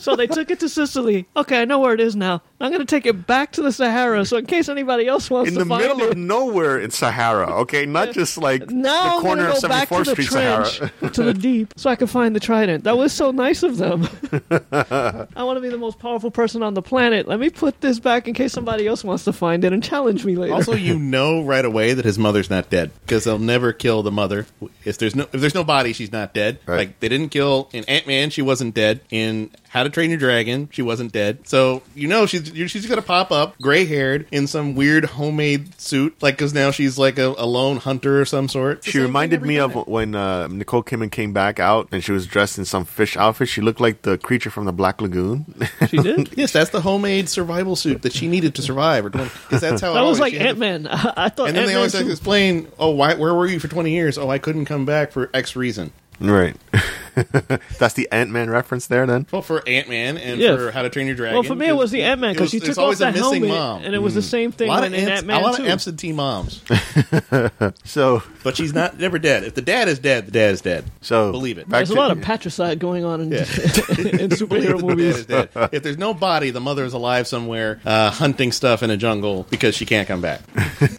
Speaker 3: So they took it to Sicily. Okay, I know where it is now. I'm going to take it back to the Sahara. So in case anybody else wants
Speaker 4: In
Speaker 3: to
Speaker 4: the
Speaker 3: find
Speaker 4: middle
Speaker 3: it,
Speaker 4: of nowhere in Sahara.
Speaker 3: [LAUGHS]
Speaker 4: Okay, not just like
Speaker 3: now
Speaker 4: the corner
Speaker 3: I'm
Speaker 4: of
Speaker 3: going to go back to
Speaker 4: 74th
Speaker 3: the
Speaker 4: Street, [LAUGHS]
Speaker 3: trench,
Speaker 4: Sahara.
Speaker 3: to the deep, so I can find the Trident. That was so nice
Speaker 4: [LAUGHS]
Speaker 3: of them. I want to be the most powerful person on the planet. Let me put this back in case somebody else wants to find it and challenge me later.
Speaker 2: [LAUGHS] also, you know right away that his mother's not dead because they'll never kill the mother. If there's no if there's no body, she's not dead.
Speaker 4: Right.
Speaker 2: Like they didn't kill in Ant Man, she wasn't dead. In How to Train Your Dragon, she wasn't dead. So you know she's you- she's gonna pop up, gray haired, in some weird homemade suit, like because now she's like a, a lone hunter or some sort.
Speaker 4: She reminded me of when uh, Nicole Kidman came back out, and she was dressed in some fish outfit. She looked like the creature from the Black Lagoon. [LAUGHS]
Speaker 3: she [LAUGHS] did.
Speaker 2: [LAUGHS] Yes, that's the homemade survival suit that she needed to survive, or because that's how it
Speaker 3: That
Speaker 2: always-
Speaker 3: was like
Speaker 2: Oh, she had to-
Speaker 3: Ant Man. [LAUGHS] I, I thought
Speaker 2: And then
Speaker 3: Ant
Speaker 2: they always have to
Speaker 3: Man.
Speaker 2: explain, oh, why, where were you for 20 years? Oh, I couldn't come back for X reason.
Speaker 4: right. [LAUGHS] That's the Ant Man reference there. Then
Speaker 2: Well, for Ant Man and
Speaker 3: Yeah.
Speaker 2: for How to Train Your Dragon.
Speaker 3: Well, for me, it was the Ant Man because she
Speaker 2: was-
Speaker 3: took
Speaker 2: there's
Speaker 3: off
Speaker 2: always
Speaker 3: the
Speaker 2: a missing
Speaker 3: helmet,
Speaker 2: mom.
Speaker 3: and it
Speaker 4: Hmm.
Speaker 3: was the same
Speaker 2: a
Speaker 3: thing
Speaker 2: lot,
Speaker 3: in
Speaker 2: of ants,
Speaker 3: Ant
Speaker 2: a
Speaker 3: Man
Speaker 2: lot
Speaker 3: too.
Speaker 2: of absentee moms,
Speaker 4: so [LAUGHS]
Speaker 2: but she's not never dead. If the dad is dead, the dad is dead.
Speaker 4: so
Speaker 2: believe it.
Speaker 4: back
Speaker 3: There's a
Speaker 4: to-
Speaker 3: lot of patricide going on [LAUGHS] in,
Speaker 2: [LAUGHS] Yeah.
Speaker 3: in superhero
Speaker 2: The dad
Speaker 3: movies.
Speaker 4: [LAUGHS]
Speaker 2: is dead. If there's no body, the mother is alive somewhere uh, hunting stuff in a jungle because she can't
Speaker 4: [LAUGHS]
Speaker 2: come back.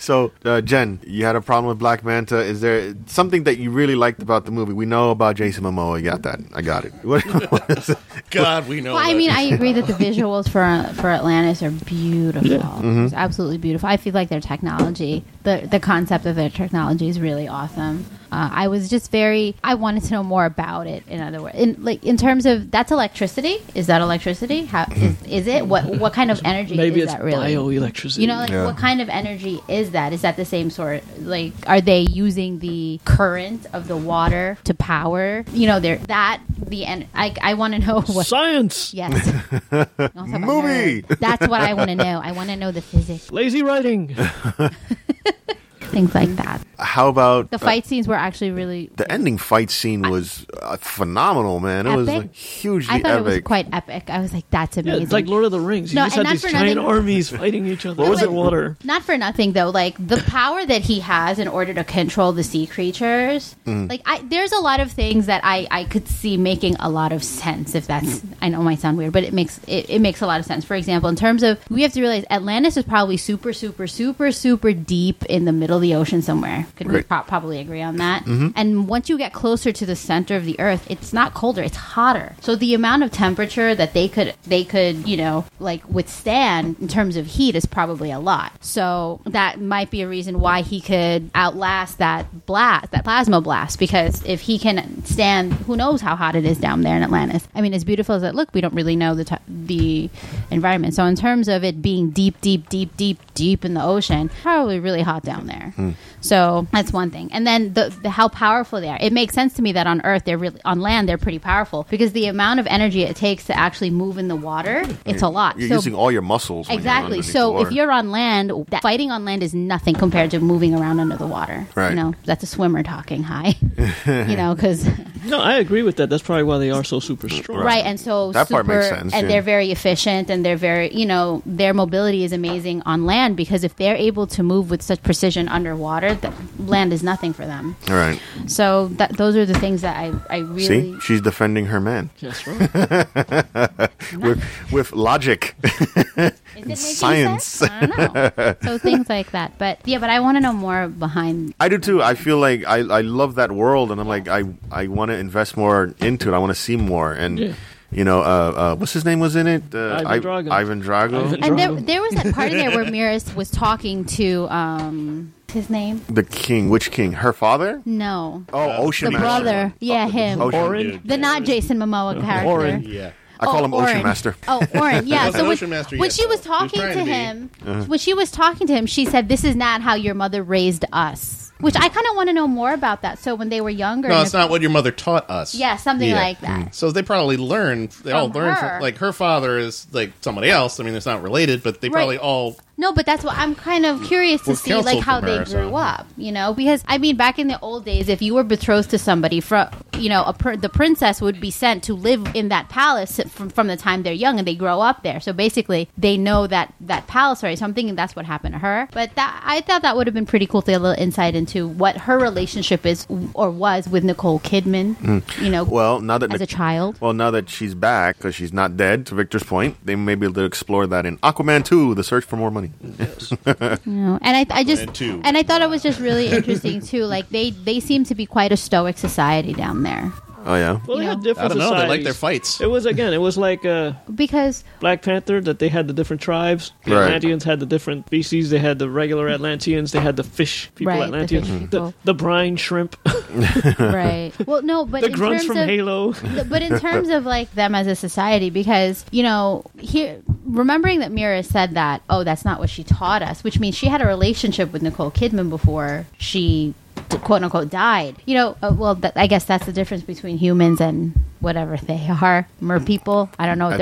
Speaker 4: So, uh, Jen, you had a problem with Black Manta. Is there something that you really liked about the movie? We know about Jason Momoa. I got that. I got it. [LAUGHS] What was it?
Speaker 2: God, we know.
Speaker 1: Well, I
Speaker 2: that.
Speaker 1: mean, I agree that the visuals for for Atlantis are beautiful.
Speaker 4: Mm-hmm.
Speaker 1: It's absolutely beautiful. I feel like their technology, the the concept of their technology is really awesome. Uh, I was just very. I wanted to know more about it. In other words, in like in terms of that's electricity. Is that electricity? How is, is it? What what kind of energy?
Speaker 3: Maybe
Speaker 1: is
Speaker 3: it's
Speaker 1: that really?
Speaker 3: bioelectricity.
Speaker 1: You know, like
Speaker 4: Yeah.
Speaker 1: what kind of energy is that? Is that the same sort? Like, are they using the current of the water to power? You know, they're that the end. I, I want to know [LAUGHS] what
Speaker 3: science.
Speaker 1: Yes. [LAUGHS] Don't talk about
Speaker 4: Movie.
Speaker 1: nerd. That's what I want to know. I want to know the physics, [LAUGHS]
Speaker 3: Lazy writing.
Speaker 1: things like that.
Speaker 4: How about
Speaker 1: The
Speaker 4: uh,
Speaker 1: fight scenes were actually really.
Speaker 4: the ending fight scene was uh, phenomenal, man. It was
Speaker 1: Epic?
Speaker 4: like, hugely
Speaker 1: I thought
Speaker 4: epic.
Speaker 1: it was quite epic. I was like, that's
Speaker 3: Yeah,
Speaker 1: amazing.
Speaker 3: it's like Lord of the Rings. You
Speaker 1: No,
Speaker 3: just
Speaker 1: and not
Speaker 3: had these
Speaker 1: for
Speaker 3: giant
Speaker 1: nothing-
Speaker 3: armies fighting each other. What
Speaker 1: was it?
Speaker 3: Water.
Speaker 1: Not for nothing though, like the power that he has in order to control the sea creatures. Like I there's a lot of things that I, I could see making a lot of sense if that's I know it might sound weird, but it makes it, it makes a lot of sense. For example, in terms of we have to realize Atlantis is probably super, super, super, super deep in the middle of the ocean somewhere. Could we
Speaker 4: Right.
Speaker 1: pro- probably agree on that? And once you get closer to the center of the earth, it's not colder, it's hotter. So the amount of temperature that they could they could, you know, like withstand in terms of heat is probably a lot. So that might be a reason why he could outlast that blast, that plasma blast because if he can stand who knows how hot it is down there in Atlantis. I mean, as beautiful as it look, we don't really know the t- the environment. So in terms of it being deep, deep, deep, deep, deep in the ocean, probably really hot down there.
Speaker 4: Hmm.
Speaker 1: So that's one thing. And then the, the how powerful they are. It makes sense to me that on Earth they're really on land they're pretty powerful because the amount of energy it takes to actually move in the water, it's a lot.
Speaker 4: You're
Speaker 1: So-
Speaker 4: using all your muscles. when you're
Speaker 1: Exactly.
Speaker 4: underneath the
Speaker 1: So
Speaker 4: water.
Speaker 1: if you're on land, that fighting on land is nothing compared to moving around under the water.
Speaker 4: Right.
Speaker 1: You know, that's a swimmer talking high. [LAUGHS]
Speaker 4: [LAUGHS]
Speaker 1: you know, because
Speaker 3: No, I agree with that. That's probably why they are so super strong.
Speaker 1: right. and so
Speaker 4: That
Speaker 1: super,
Speaker 4: part makes sense,
Speaker 1: and
Speaker 4: yeah.
Speaker 1: they're very efficient, and they're very, you know, their mobility is amazing on land because if they're able to move with such precision underwater, that land is nothing for them.
Speaker 4: all right.
Speaker 1: So that those are the things that I, I really
Speaker 4: See, she's defending her man
Speaker 3: That's right.
Speaker 4: with with logic. [LAUGHS]
Speaker 1: Is it making
Speaker 4: Science.
Speaker 1: sense? I don't
Speaker 4: [LAUGHS]
Speaker 1: know. so things like that, but yeah, but I want to know more behind.
Speaker 4: I do too. I feel like I, I love that world, and I'm like I I want to invest more into it. I want to see more, and
Speaker 3: Yeah.
Speaker 4: you know, uh, uh, what's his name was in it? Uh,
Speaker 3: Ivan
Speaker 4: I-
Speaker 3: Drago.
Speaker 4: Ivan Drago.
Speaker 3: Ivan
Speaker 1: And there,
Speaker 3: Drago.
Speaker 1: there was that part of there where Miris was talking to um his name.
Speaker 4: The king. Which king? Her father?
Speaker 1: No,
Speaker 4: Oh, Ocean
Speaker 1: the
Speaker 4: Master.
Speaker 1: brother. Yeah, him.
Speaker 4: Ocean
Speaker 3: Orin?
Speaker 4: Dude.
Speaker 1: The not Jason [LAUGHS] Momoa character.
Speaker 3: Orin.
Speaker 2: yeah.
Speaker 4: I call
Speaker 1: Oh,
Speaker 4: him Ocean
Speaker 1: Orin.
Speaker 4: Master.
Speaker 1: Oh, Orin.
Speaker 2: [LAUGHS]
Speaker 1: Yeah.
Speaker 2: Well,
Speaker 1: so when,
Speaker 2: Ocean Master,
Speaker 1: when
Speaker 2: yes.
Speaker 1: she was
Speaker 2: He was
Speaker 1: talking
Speaker 2: trying
Speaker 1: to
Speaker 2: to be.
Speaker 1: him,
Speaker 4: Uh-huh.
Speaker 1: when she was talking to him, she said, "This is not how your mother raised us." Which I kind of want to know more about that. So when they were younger,
Speaker 2: No,
Speaker 1: and
Speaker 2: it's
Speaker 1: if-
Speaker 2: not what your mother taught us.
Speaker 1: Yeah, something
Speaker 4: Yeah.
Speaker 1: like that.
Speaker 2: So they probably learned. They all
Speaker 1: From
Speaker 2: learned
Speaker 1: her.
Speaker 2: from like her father is like somebody else. I mean, it's not related, but they
Speaker 1: Right.
Speaker 2: probably all
Speaker 1: No, but that's what I'm kind of curious to
Speaker 2: Well,
Speaker 1: see, like
Speaker 2: counsel
Speaker 1: how
Speaker 2: from
Speaker 1: they
Speaker 2: her,
Speaker 1: grew
Speaker 2: so-
Speaker 1: up, you know? Because I mean, back in the old days, if you were betrothed to somebody from, you know, a pr- the princess would be sent to live in that palace from, from the time they're young and they grow up there. So basically, they know that that palace already. So I'm thinking that's what happened to her. But that I thought that would have been pretty cool to get a little insight into what her relationship is or was with Nicole Kidman. You know,
Speaker 4: Well, now that
Speaker 1: as a child.
Speaker 4: Well, now that she's back, because she's not dead, to Victor's point, they may be able to explore that in Aquaman 2, The Search for More Money. [LAUGHS]
Speaker 1: No, and I, I just
Speaker 2: And two.
Speaker 1: and I thought it was just really interesting
Speaker 3: [LAUGHS]
Speaker 1: too. Like they they seem to be quite a stoic society down there
Speaker 4: Oh, yeah.
Speaker 3: Well, they
Speaker 1: You
Speaker 3: had
Speaker 1: know.
Speaker 3: different
Speaker 2: I don't know. They like
Speaker 3: societies.
Speaker 2: their fights.
Speaker 3: It was again. It was like uh, [LAUGHS]
Speaker 1: because
Speaker 3: Black Panther that they had the different tribes. The
Speaker 4: Right.
Speaker 3: Atlanteans had the different species. They had the regular Atlanteans. They had the fish people.
Speaker 1: Right, the
Speaker 3: Atlanteans.
Speaker 1: fish
Speaker 3: The,
Speaker 1: people.
Speaker 3: the brine shrimp.
Speaker 1: right. Well, no, but
Speaker 3: [LAUGHS] the
Speaker 1: in
Speaker 3: grunts
Speaker 1: terms
Speaker 3: from
Speaker 1: of
Speaker 3: Halo.
Speaker 1: th- but in terms of like them as a society, because you know, here remembering that Mira said that, oh, that's not what she taught us, which means she had a relationship with Nicole Kidman before she quote unquote died. You know, uh, well, th- I guess that's the difference between humans and whatever they are, mer people. I don't know what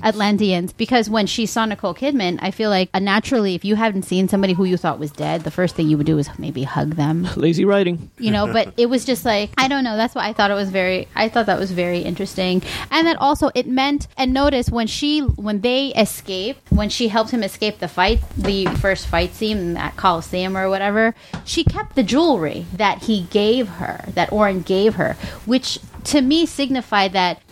Speaker 1: they're called. Atlanteans. Because when she saw Nicole Kidman, I feel like uh, naturally, if you hadn't seen somebody who you thought was dead, the first thing you would do is maybe hug them
Speaker 3: Lazy writing.
Speaker 1: you know but it was just like i don't know that's why i thought it was very i thought that was very interesting and that also it meant and notice when she when they escape when she helped him escape the fight the first fight scene at coliseum or whatever she kept the jewelry that he gave her that orin gave her which to me signified that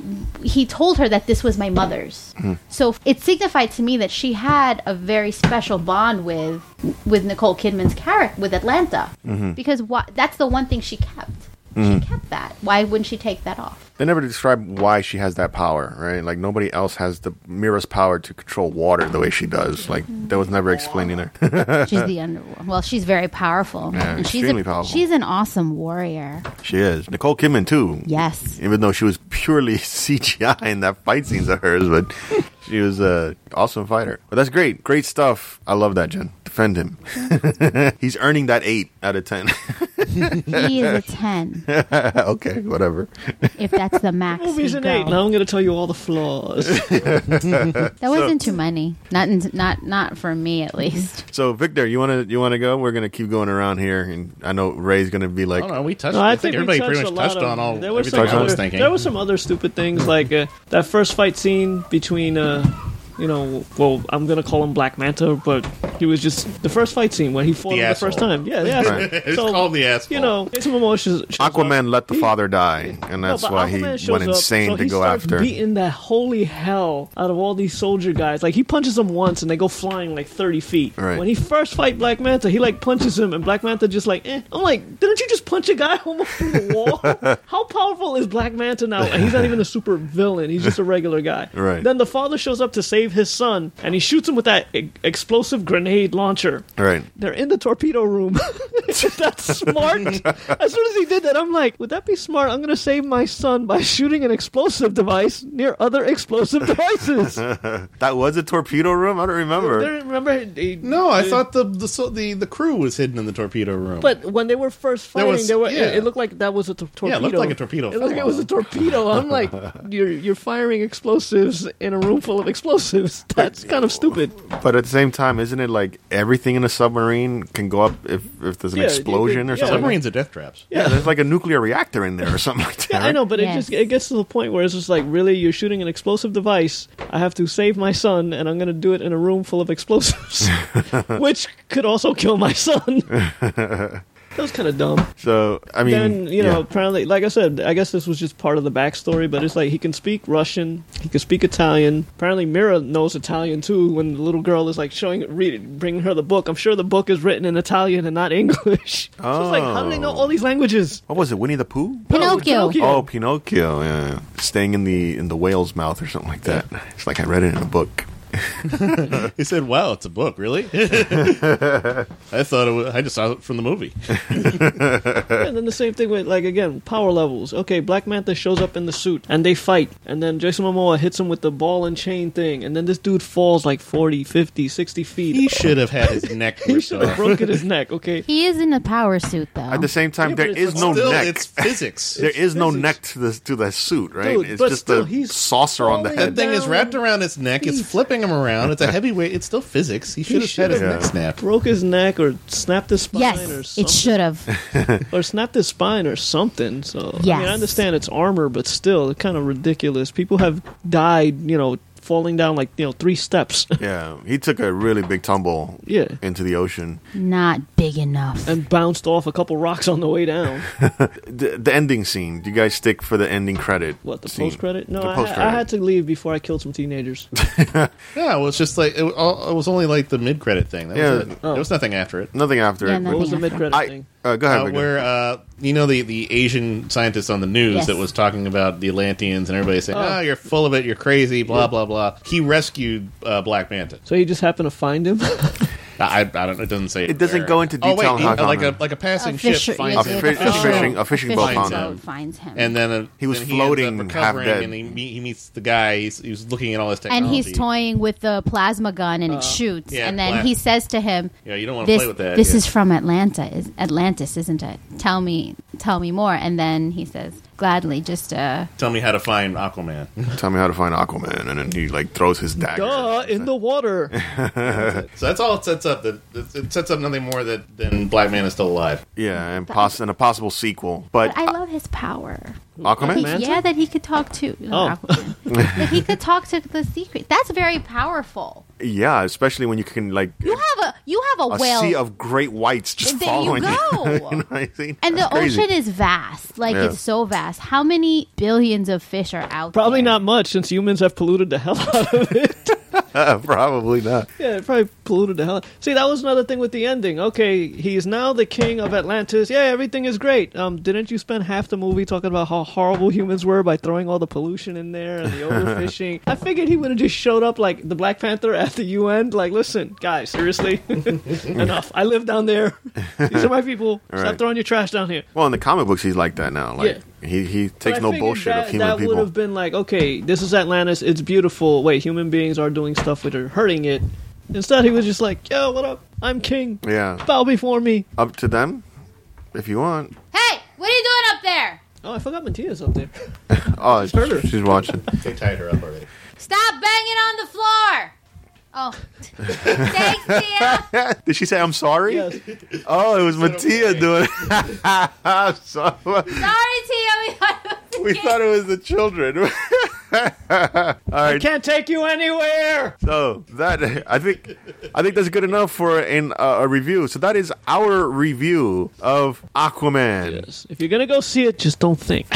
Speaker 1: he told her that this was my mother's
Speaker 4: Hmm.
Speaker 1: so it signified to me that she had a very special bond with with nicole kidman's character with atlanta
Speaker 4: Mm-hmm.
Speaker 1: because why, that's the one thing she kept she kept that why wouldn't she take that off
Speaker 4: They never describe why she has that power, right? Like, nobody else has the Mira's power to control water the way she does. Like, that was never explained [LAUGHS] in there.
Speaker 1: she's the underworld well she's very powerful
Speaker 4: Yeah,
Speaker 1: And she's a-
Speaker 4: extremely powerful.
Speaker 1: she's an awesome warrior
Speaker 4: she is. Nicole Kidman, too.
Speaker 1: yes
Speaker 4: Even though she was purely [LAUGHS] CGI in that fight scenes of hers, but she was a awesome fighter. But that's great. Great stuff. I love that, Jen. Defend him. [LAUGHS] He's earning that 8 out of 10.
Speaker 1: he is a 10
Speaker 4: [LAUGHS] okay, whatever.
Speaker 1: if that's the max
Speaker 3: Movie's
Speaker 1: we
Speaker 3: an
Speaker 1: go.
Speaker 3: eight. Now I'm going to tell you all the flaws.
Speaker 1: that wasn't too many not in, not not for me at least
Speaker 4: So Victor, you wanna you wanna go? We're gonna keep going around here, and I know Ray's gonna be like,
Speaker 2: I don't know. We touched.
Speaker 3: No,
Speaker 2: I,
Speaker 3: I,
Speaker 2: think,
Speaker 3: we
Speaker 2: everybody pretty
Speaker 3: touched
Speaker 2: much
Speaker 3: a lot
Speaker 2: touched
Speaker 3: of-
Speaker 2: on all
Speaker 3: there were
Speaker 2: everything
Speaker 3: some
Speaker 2: I was
Speaker 3: other-
Speaker 2: thinking.
Speaker 3: There
Speaker 2: [LAUGHS]
Speaker 3: were some other stupid things like uh, that first fight scene between, uh, you know, well, I'm gonna call him Black Manta, but he was just the first fight scene when he fought
Speaker 2: The
Speaker 3: him the first
Speaker 2: asshole.
Speaker 3: time. Yeah, yeah.
Speaker 4: Right.
Speaker 2: [LAUGHS] Just call him the asshole.
Speaker 3: You know, some emotions. shows up.
Speaker 4: Aquaman let the father die, and
Speaker 3: No,
Speaker 4: that's
Speaker 3: but
Speaker 4: why
Speaker 3: Aquaman
Speaker 4: he
Speaker 3: shows
Speaker 4: went
Speaker 3: up,
Speaker 4: insane
Speaker 3: so
Speaker 4: to
Speaker 3: he
Speaker 4: go
Speaker 3: starts
Speaker 4: after.
Speaker 3: Beating the holy hell out of all these soldier guys. Like he punches them once and they go flying like thirty feet.
Speaker 4: Right.
Speaker 3: When he first fight Black Manta, he like punches him and Black Manta just like, eh. I'm like, didn't you just punch a guy [LAUGHS] almost through the
Speaker 4: [LAUGHS]
Speaker 3: wall? How powerful is Black Manta now? And he's not even a super villain. He's just a regular guy.
Speaker 4: [LAUGHS] Right.
Speaker 3: Then the father shows up to save his son and he shoots him with that e- explosive grenade launcher.
Speaker 4: Right.
Speaker 3: They're in the torpedo room. [LAUGHS] Is that smart? as soon as he did that, I'm like, would that be smart? I'm going to save my son by shooting an explosive device near other explosive devices.
Speaker 4: That was a torpedo room. I don't remember.
Speaker 3: There- remember? they-
Speaker 2: No, I
Speaker 3: they-
Speaker 2: thought the the, so the the crew was hidden in the torpedo room.
Speaker 3: But when they were first
Speaker 2: There
Speaker 3: fighting,
Speaker 2: was-
Speaker 3: they were.
Speaker 2: yeah.
Speaker 3: It, it looked like that was a tor- torpedo.
Speaker 2: Yeah, it looked like a torpedo
Speaker 3: It looked like it was a
Speaker 2: fallout.
Speaker 3: torpedo. I'm
Speaker 2: [LAUGHS]
Speaker 3: like, you're you're firing explosives in a room full of explosives. That's kind of stupid.
Speaker 4: But at the same time, isn't it like everything in a submarine can go up if, if there's an
Speaker 3: Yeah, you
Speaker 4: explosion
Speaker 3: could-
Speaker 4: or
Speaker 3: yeah.
Speaker 4: something?
Speaker 2: submarines are death traps.
Speaker 4: Yeah, there's like a nuclear reactor in there or something like that.
Speaker 3: Yeah, I
Speaker 4: right?
Speaker 3: know, but
Speaker 1: Yes.
Speaker 3: it just it gets to the point where it's just like, really, you're shooting an explosive device. I have to save my son, and I'm going to do it in a room full of
Speaker 4: [LAUGHS]
Speaker 3: explosives, which could also kill my son. [LAUGHS] that was kind of dumb.
Speaker 4: So I mean,
Speaker 3: Then you know,
Speaker 4: yeah.
Speaker 3: apparently, like I said, I guess this was just part of the backstory. But it's like he can speak Russian, he can speak Italian. Apparently, Mira knows Italian too. When the little girl is like showing, read, bringing her the book, I'm sure the book is written in Italian and not English. [LAUGHS] so it's like, how do they know
Speaker 4: Oh.
Speaker 3: all these languages?
Speaker 4: what was it? Winnie the Pooh?
Speaker 1: pinocchio
Speaker 4: Oh, Pinocchio. Yeah, yeah. staying in the in the whale's mouth or something like that. It's like I read it in a book.
Speaker 2: [LAUGHS] He said, "Wow, it's a book,
Speaker 3: [LAUGHS]
Speaker 2: really." [LAUGHS] I thought it was, I just saw it from the movie.
Speaker 3: And then the same thing with like again power levels. Okay, Black Manta shows up in the suit and they fight, and then Jason Momoa hits him with the ball and chain thing, and then this dude falls like 40, 50, 60 feet.
Speaker 2: He should have had his
Speaker 3: [LAUGHS]
Speaker 2: neck
Speaker 3: He
Speaker 2: ripped
Speaker 3: should have
Speaker 2: off.
Speaker 3: broken his neck. Okay,
Speaker 1: he is in a power suit though
Speaker 4: At the same time,
Speaker 3: Yeah,
Speaker 4: there
Speaker 3: but
Speaker 4: is
Speaker 3: it's-
Speaker 4: no
Speaker 2: Still,
Speaker 4: neck.
Speaker 2: it's physics.
Speaker 4: there is no
Speaker 3: physics.
Speaker 4: neck to the to the suit, right?
Speaker 3: Dude,
Speaker 4: it's
Speaker 3: but
Speaker 4: just
Speaker 3: still,
Speaker 4: a
Speaker 3: he's
Speaker 4: saucer on the
Speaker 3: falling
Speaker 4: head.
Speaker 2: that thing is
Speaker 3: down.
Speaker 2: wrapped around its neck. It's
Speaker 3: He's-
Speaker 2: whipping him around. It's a heavyweight. It's still physics. He should have had his
Speaker 4: should've.
Speaker 2: neck snapped.
Speaker 3: broke his neck or snapped his spine or
Speaker 1: Yes, it
Speaker 3: something.
Speaker 1: should have.
Speaker 2: [LAUGHS]
Speaker 3: or snapped his spine or something. So I mean,
Speaker 1: Yes.
Speaker 3: I understand it's armor, but still, it's kind of ridiculous. People have died, you know, falling down like you know three steps. [LAUGHS]
Speaker 4: Yeah, he took a really big tumble
Speaker 3: yeah.
Speaker 4: into the ocean.
Speaker 1: Not big enough.
Speaker 3: And bounced off a couple rocks on the way down.
Speaker 4: The, the ending scene. Do you guys stick for the ending credit?
Speaker 3: What the
Speaker 4: scene?
Speaker 3: post credit? No,
Speaker 4: The
Speaker 3: I,
Speaker 4: post-credit.
Speaker 3: I had to leave before I killed some [LAUGHS] teenagers.
Speaker 2: Yeah, it was just like it, wa- all, it was only like the mid credit thing. That was
Speaker 4: Yeah. Oh.
Speaker 2: it. There was nothing after it.
Speaker 4: Nothing after
Speaker 1: Yeah,
Speaker 4: it.
Speaker 3: What
Speaker 1: nothing.
Speaker 3: was the mid credit
Speaker 4: I
Speaker 3: thing?
Speaker 4: uh, go ahead.
Speaker 2: Uh,
Speaker 4: Victor.
Speaker 2: where uh, you know the, the Asian scientist on the news
Speaker 1: Yes.
Speaker 2: that was talking about the Atlanteans and everybody saying, "Oh, you're full of it. You're crazy." Blah blah blah. He rescued uh, Black Manta.
Speaker 3: So he just happened to find [LAUGHS] him.
Speaker 2: I, I don't. It doesn't say.
Speaker 4: It doesn't
Speaker 2: where.
Speaker 4: go into
Speaker 2: Oh wait,
Speaker 4: detail
Speaker 2: he-
Speaker 4: how
Speaker 2: like
Speaker 4: common.
Speaker 2: a like a passing
Speaker 1: fisher-
Speaker 2: ship finds
Speaker 1: yes,
Speaker 2: him.
Speaker 1: yes,
Speaker 4: A fi- a
Speaker 1: boat.
Speaker 4: fishing- a fishing boat
Speaker 1: fishing
Speaker 4: found
Speaker 1: boat
Speaker 4: him.
Speaker 1: finds him.
Speaker 2: and then uh,
Speaker 4: He was
Speaker 2: then
Speaker 4: floating,
Speaker 2: ends up
Speaker 4: half
Speaker 2: recovering,
Speaker 4: dead.
Speaker 2: and he, meet, he meets the guy. He's, he was looking at all this
Speaker 1: and
Speaker 2: technology. Uh,
Speaker 1: he's toying with the plasma gun and it shoots.
Speaker 2: yeah,
Speaker 1: and then
Speaker 2: blast.
Speaker 1: he says to him,
Speaker 2: Yeah, you don't want to
Speaker 1: "This,
Speaker 2: play with that.
Speaker 1: this
Speaker 2: yeah.
Speaker 1: is from Atlanta, is Atlantis, isn't it? Tell me, tell me more." And then he says, "Gladly, just uh,
Speaker 2: Tell me how to find Aquaman.
Speaker 4: Tell me how to find Aquaman, and then he like throws his dagger.
Speaker 3: Duh, in the [LAUGHS] water.
Speaker 2: so that's all it sets up. That it it sets up nothing more that than Black Man is still alive.
Speaker 4: Yeah, and, poss- and a possible sequel,
Speaker 1: but
Speaker 4: but
Speaker 1: I love his power.
Speaker 4: Aquaman.
Speaker 3: Manta?
Speaker 1: Yeah, that he could talk to
Speaker 3: Oh.
Speaker 4: [LAUGHS]
Speaker 1: Aquaman. that he could talk to the secret. That's very powerful.
Speaker 4: Yeah, especially when you can like
Speaker 1: You have a you have a,
Speaker 4: a
Speaker 1: whale
Speaker 4: sea of great whites just
Speaker 1: There you
Speaker 4: following [LAUGHS]
Speaker 1: go.
Speaker 4: know what I mean?
Speaker 1: And
Speaker 4: That's
Speaker 1: the
Speaker 4: crazy.
Speaker 1: ocean is vast. Like
Speaker 4: Yeah.
Speaker 1: it's so vast. How many billions of fish are out
Speaker 3: Probably
Speaker 1: there?
Speaker 3: not much since humans have polluted the hell out of it.
Speaker 4: [LAUGHS] probably not.
Speaker 3: Yeah, it probably polluted the hell. See, that was another thing with the ending. Okay, he is now the king of Atlantis. Yeah, everything is great. Um, didn't you spend half the movie talking about how horrible humans were by throwing all the pollution in
Speaker 4: [LAUGHS]
Speaker 3: there and the overfishing? I figured he would have just showed up like the Black Panther at the UN. Like, listen, guys, seriously, [LAUGHS] enough. I live down there. These are my
Speaker 4: [LAUGHS]
Speaker 3: people.
Speaker 4: All
Speaker 3: Stop
Speaker 4: right.
Speaker 3: throwing your trash down here.
Speaker 4: Well, in the comic books, he's like that now. Like he he takes
Speaker 3: But I
Speaker 4: no
Speaker 3: figured
Speaker 4: bullshit
Speaker 3: that,
Speaker 4: of human
Speaker 3: that would
Speaker 4: people.
Speaker 3: have been like, okay, this is Atlantis. It's beautiful. Wait, human beings are doing stuff which are hurting it. Instead, he was just like, yo, what up? I'm king.
Speaker 4: Yeah,
Speaker 3: Bow before me.
Speaker 4: up to them if you want.
Speaker 1: Hey, what are you doing up there?
Speaker 3: Oh, I forgot Matias up there. [LAUGHS]
Speaker 4: Oh,
Speaker 3: heard her.
Speaker 4: she's watching. [LAUGHS]
Speaker 2: They tied her up already.
Speaker 1: Stop banging on the floor.
Speaker 4: [LAUGHS]
Speaker 1: Oh. Thanks, Tia.
Speaker 4: Did she say I'm sorry?
Speaker 3: Yes.
Speaker 4: Oh, it was Mattia
Speaker 2: okay?
Speaker 4: doing. I'm [LAUGHS] sorry.
Speaker 1: Sorry, Tia. We thought it
Speaker 4: [LAUGHS]
Speaker 1: was a
Speaker 4: We
Speaker 1: kid.
Speaker 4: thought it was the children. [LAUGHS] All right.
Speaker 3: Can't take you anywhere.
Speaker 4: So that I think I think that's good enough for an, uh, a review. So that is our review of Aquaman.
Speaker 3: If you're gonna go see it, just don't think.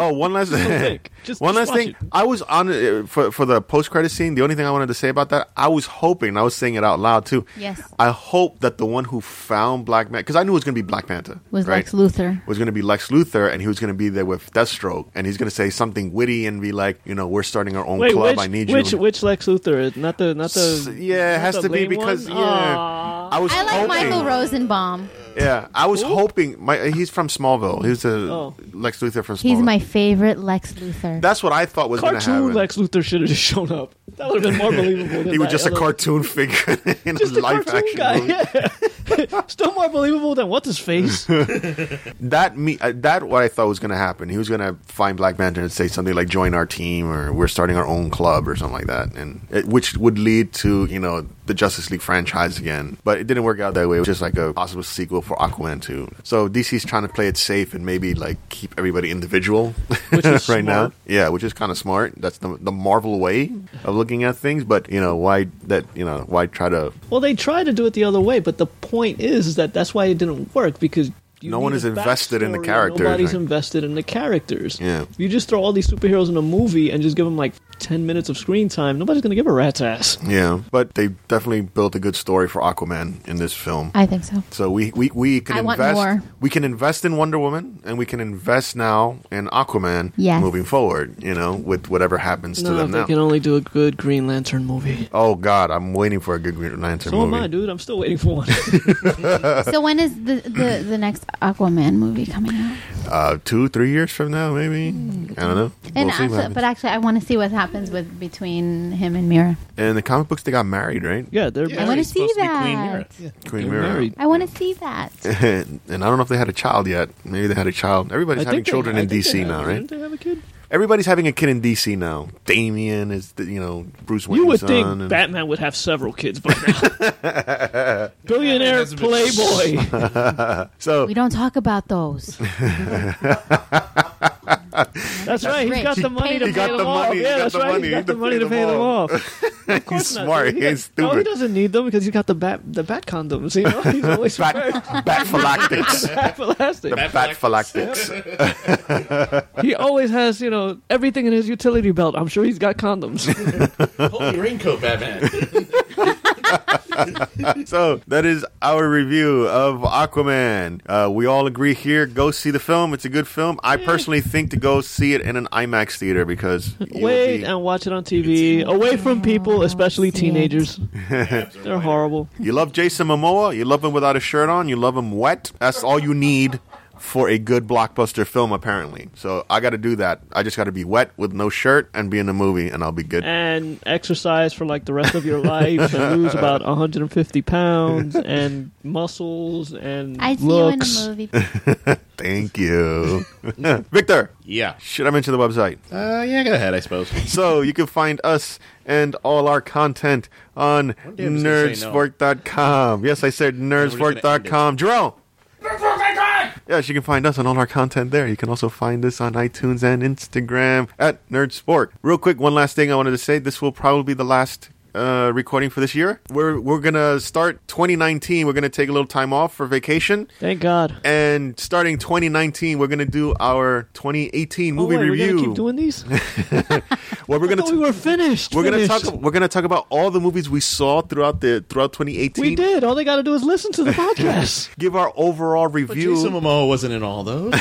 Speaker 4: Oh, one last thing. [LAUGHS]
Speaker 3: think. Just-
Speaker 4: one
Speaker 3: just
Speaker 4: last
Speaker 3: watch
Speaker 4: thing.
Speaker 3: it.
Speaker 4: I was on uh, for for the post credit scene. The only thing I wanted to say about that, I was hoping I was saying it out loud too.
Speaker 1: Yes.
Speaker 4: I hope that the one who found Black Man, because I knew it was going to be Black Panther,
Speaker 1: Was
Speaker 4: right?
Speaker 1: Lex Luthor.
Speaker 4: was going to be Lex Luthor, and he was going to be there with Deathstroke, and he's going to say something witty and be like, you know, we're starting our own
Speaker 3: Wait,
Speaker 4: club.
Speaker 3: which,
Speaker 4: I need
Speaker 3: which
Speaker 4: you.
Speaker 3: which Lex Luthor? Not the not
Speaker 4: S-
Speaker 3: the.
Speaker 4: yeah, it
Speaker 3: not
Speaker 4: has
Speaker 3: the
Speaker 4: to be
Speaker 3: lame
Speaker 4: because
Speaker 3: one?
Speaker 4: yeah, I was
Speaker 1: I like
Speaker 4: hoping,
Speaker 1: Michael Rosenbaum.
Speaker 4: Yeah, I was hoping. My he's from Smallville. He was a
Speaker 3: Oh.
Speaker 4: Lex Luthor from Smallville.
Speaker 1: He's my favorite Lex Luthor.
Speaker 4: That's what I thought was going to happen.
Speaker 3: Cartoon Lex Luthor should have just shown up. That would have been more believable.
Speaker 4: [LAUGHS]
Speaker 3: Than
Speaker 4: he was
Speaker 3: that
Speaker 4: just a
Speaker 3: other- [LAUGHS]
Speaker 4: cartoon figure [LAUGHS] in
Speaker 3: Just
Speaker 4: a
Speaker 3: a
Speaker 4: live
Speaker 3: cartoon
Speaker 4: action
Speaker 3: guy.
Speaker 4: movie.
Speaker 3: [LAUGHS] yeah. Still more believable than what's his face.
Speaker 4: That me uh, that what I thought was going to happen. He was going to find Black Panther and say something like "Join our team" or "We're starting our own club" or something like that, and it, which would lead to you know the Justice League franchise again. But it didn't work out that way. It was just like a possible sequel for Aquaman two. So DC's trying to play it safe and maybe like keep everybody individual [LAUGHS]
Speaker 3: Which is
Speaker 4: right now.
Speaker 3: smart.
Speaker 4: Yeah, which is kind of smart. That's the the Marvel way of looking at things. But you know why that you know why try to
Speaker 3: Well, they tried to do it the other way, but the point is that that's why it didn't work because you
Speaker 4: No one
Speaker 3: need
Speaker 4: is
Speaker 3: a
Speaker 4: invested in the
Speaker 3: backstory and
Speaker 4: characters,
Speaker 3: Nobody's
Speaker 4: right?
Speaker 3: invested in the characters.
Speaker 4: Yeah.
Speaker 3: you just throw all these superheroes in a movie and just give them like ten minutes of screen time. Nobody's gonna give a rat's ass.
Speaker 4: yeah. But they definitely built a good story for Aquaman in this film.
Speaker 1: I think
Speaker 4: [LAUGHS]
Speaker 1: so.
Speaker 4: So we we, we can
Speaker 1: I want
Speaker 4: invest.
Speaker 1: more.
Speaker 4: We can invest in Wonder Woman, and we can invest now in Aquaman.
Speaker 1: Yes.
Speaker 4: moving forward, you know, with whatever happens to
Speaker 3: No,
Speaker 4: them
Speaker 3: they
Speaker 4: now.
Speaker 3: can only do a good Green Lantern movie.
Speaker 4: oh God, I'm waiting for a good Green Lantern
Speaker 3: So am
Speaker 4: movie.
Speaker 3: I, dude. I'm still
Speaker 4: [LAUGHS]
Speaker 3: waiting for one.
Speaker 1: so when is the, the, the next Aquaman movie coming out?
Speaker 4: Uh, two, three years from now, maybe. I don't know.
Speaker 1: Hmm. And
Speaker 4: We'll see what
Speaker 1: actually,
Speaker 4: happens.
Speaker 1: but actually, I want to see what happens with between him and Mira.
Speaker 4: in the comic books, they got married, right?
Speaker 3: yeah, they're
Speaker 2: Yeah,
Speaker 1: I wanna
Speaker 2: she's supposed
Speaker 1: see
Speaker 2: to be Queen
Speaker 1: that.
Speaker 2: Mira.
Speaker 4: Queen
Speaker 3: they're
Speaker 4: Mira. [LAUGHS]
Speaker 3: married.
Speaker 1: I want to see that.
Speaker 4: and I don't know if they had a child yet. Maybe they had a child. Everybody's
Speaker 3: I
Speaker 4: having
Speaker 3: think they-
Speaker 4: children
Speaker 3: I
Speaker 4: in
Speaker 3: think they
Speaker 4: DC
Speaker 3: have-
Speaker 4: now, right?
Speaker 3: Didn't they have a kid?
Speaker 4: Everybody's having a kid in DC now. Damien is, the, you know, Bruce Wayne's
Speaker 3: You would think
Speaker 4: son. and-
Speaker 3: Batman would have several kids by now.
Speaker 4: [LAUGHS]
Speaker 3: Billionaire
Speaker 2: Hasn't been-
Speaker 3: playboy.
Speaker 4: so
Speaker 1: We don't talk about those.
Speaker 3: That's right. He's
Speaker 1: Rich.
Speaker 3: got the money to
Speaker 1: He
Speaker 3: pay
Speaker 1: got
Speaker 3: them
Speaker 4: the
Speaker 3: off.
Speaker 4: money. He
Speaker 3: Yeah,
Speaker 4: got
Speaker 3: that's
Speaker 4: the
Speaker 3: right.
Speaker 4: money
Speaker 3: He got the money to pay them off.
Speaker 4: [LAUGHS]
Speaker 3: Of course
Speaker 4: he's
Speaker 3: not.
Speaker 4: smart.
Speaker 3: He got-
Speaker 4: He's
Speaker 3: No, he
Speaker 4: stupid.
Speaker 3: doesn't need them because he's got the bat, the bat condoms. You know, he's always
Speaker 4: [LAUGHS]
Speaker 3: prepared.
Speaker 4: Bat, bat phylactics.
Speaker 3: [LAUGHS] Bat [LAUGHS] elastic.
Speaker 4: the bat phylactics.
Speaker 3: He always has, you know, everything in his utility belt. I'm sure he's
Speaker 4: [LAUGHS]
Speaker 3: got condoms.
Speaker 2: Holy raincoat, Batman.
Speaker 4: So that is our review of Aquaman. Uh, we all agree here. Go see the film. It's a good film. I personally think to go see it in an IMAX theater because you will
Speaker 3: Wait
Speaker 4: be-
Speaker 3: and watch it on TV. Away from people,
Speaker 1: see
Speaker 3: especially
Speaker 1: it.
Speaker 4: [LAUGHS]
Speaker 3: teenagers. They're horrible.
Speaker 4: you love Jason Momoa. You love him without a shirt on. You love him wet. That's all you need for a good blockbuster film, apparently. So I got to do that. I just got to be wet with no shirt and be in a movie, and I'll be good.
Speaker 3: And exercise for like the rest of your life and lose
Speaker 4: [LAUGHS]
Speaker 3: about 150 pounds and muscles and
Speaker 1: I see
Speaker 3: looks.
Speaker 1: you in
Speaker 4: [LAUGHS]
Speaker 1: the movie.
Speaker 4: Thank you, [LAUGHS] Victor.
Speaker 2: yeah.
Speaker 4: Should I mention the website?
Speaker 2: Uh, yeah, go ahead, I suppose.
Speaker 4: So you can find us and all our content on
Speaker 2: day I'm just gonna say no.
Speaker 4: nerdsport.com. Yes, I said nerdsport.com. Jerome! Yes, you can find us on all our content there. You can also find us on iTunes and Instagram at Nerdsport. Real quick, one last thing I wanted to say. This will probably be the last uh, recording for this year. We're we're gonna start 2019. We're gonna take a little time off for vacation,
Speaker 3: Thank God.
Speaker 4: and starting 2019, we're gonna do our 2018
Speaker 3: Oh,
Speaker 4: movie
Speaker 3: wait, we're
Speaker 4: review.
Speaker 3: gonna keep
Speaker 4: [LAUGHS]
Speaker 3: doing these.
Speaker 4: well, we're
Speaker 3: I
Speaker 4: gonna
Speaker 3: thought we were finished.
Speaker 4: we're gonna
Speaker 3: finished.
Speaker 4: talk. We're gonna talk about all the movies we saw throughout the throughout 2018.
Speaker 3: We did. All they got to do is
Speaker 4: [LAUGHS]
Speaker 3: listen to the podcast.
Speaker 4: Give our overall
Speaker 2: But Jason
Speaker 4: review
Speaker 2: Momoa wasn't in
Speaker 4: [LAUGHS]
Speaker 2: all those.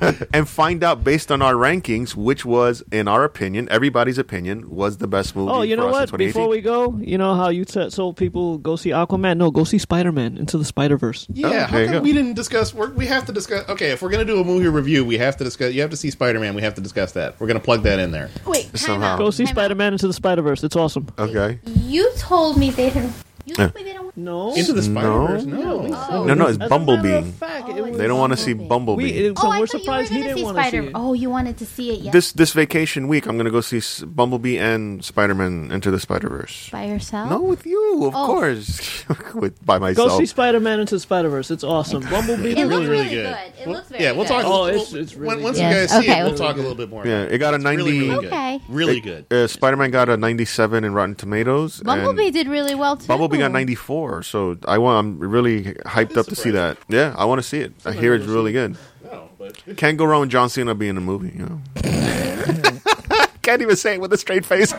Speaker 4: Oh, and find out based on our rankings, which was, in our opinion, everybody's opinion, was the best movie.
Speaker 3: Oh, you
Speaker 4: for
Speaker 3: know
Speaker 4: us in
Speaker 3: what?
Speaker 4: 2018.
Speaker 3: Before we go, you know how you t- told people go see Aquaman? No, go see Spider Man into the Spider Verse.
Speaker 4: Oh,
Speaker 2: Yeah, how
Speaker 4: there you
Speaker 2: come
Speaker 4: go.
Speaker 2: we didn't discuss? We're, we have to discuss. Okay, if we're gonna do a movie review, we have to discuss. You have to see Spider Man. We have to discuss that. We're gonna plug that in there.
Speaker 1: Wait, time
Speaker 4: Somehow.
Speaker 1: out.
Speaker 3: Go see
Speaker 1: Time out.
Speaker 3: Spider Man into the Spider Verse. It's awesome.
Speaker 4: okay.
Speaker 1: You told me they didn't. You told me they don't.
Speaker 3: No.
Speaker 2: Into the Spider Verse. No,
Speaker 4: No, no, it's Bumblebee.
Speaker 1: Oh, it
Speaker 4: They don't want to see
Speaker 3: We,
Speaker 4: Bumblebee.
Speaker 3: it- so
Speaker 1: oh, I
Speaker 3: we're
Speaker 1: thought you were
Speaker 3: surprised he
Speaker 1: going to
Speaker 3: didn't
Speaker 1: see
Speaker 3: want to see
Speaker 1: Spider.
Speaker 3: it.
Speaker 1: Oh, you wanted to see it, yes.
Speaker 4: This this vacation week, I'm gonna go see S- Bumblebee and Spider Man Into the Spider Verse.
Speaker 1: by yourself.
Speaker 4: No, with you, of
Speaker 1: Oh.
Speaker 4: course. [LAUGHS] with by
Speaker 3: Go
Speaker 4: myself.
Speaker 3: see Spider Man into the Spider Verse. It's
Speaker 4: [LAUGHS]
Speaker 3: awesome. Bumblebee.
Speaker 1: It looked
Speaker 3: really-
Speaker 1: really good. It
Speaker 2: Well,
Speaker 1: looked very
Speaker 2: yeah, we'll talk.
Speaker 1: good.
Speaker 3: Oh,
Speaker 2: we'll-
Speaker 3: it's- it's really
Speaker 2: when- once
Speaker 1: good.
Speaker 2: you
Speaker 1: Yes,
Speaker 2: guys see
Speaker 1: okay.
Speaker 2: it, we'll
Speaker 1: Really
Speaker 2: talk a little bit more.
Speaker 4: Yeah, it got a
Speaker 2: It's really,
Speaker 4: 90
Speaker 2: really good.
Speaker 1: Okay.
Speaker 2: Really good.
Speaker 4: uh, Spider Man got a 97 in Rotten Tomatoes. and-
Speaker 1: Bumblebee did really well too.
Speaker 4: Bumblebee got 94, so I want. I'm really hyped up to see that. Yeah, I want to see it. I hear it's really good.
Speaker 2: No, but
Speaker 4: Can't go wrong with John Cena being in a movie. You know. [LAUGHS] Can't even say it with a straight face.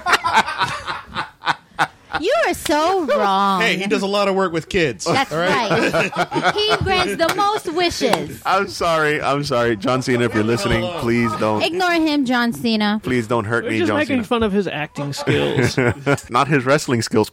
Speaker 1: You are
Speaker 4: [LAUGHS]
Speaker 1: so wrong.
Speaker 2: [LAUGHS] hey, he does a lot of work with kids.
Speaker 1: That's
Speaker 2: all right.
Speaker 1: right. he grants the most wishes.
Speaker 4: I'm sorry. I'm sorry, John Cena. If you're listening, please don't.
Speaker 1: Ignore him, John Cena.
Speaker 4: Please don't hurt
Speaker 3: We're
Speaker 4: me,
Speaker 3: just
Speaker 4: John
Speaker 3: making
Speaker 4: Cena.
Speaker 3: fun of
Speaker 4: [LAUGHS]
Speaker 3: his acting skills.
Speaker 4: Not his wrestling skills.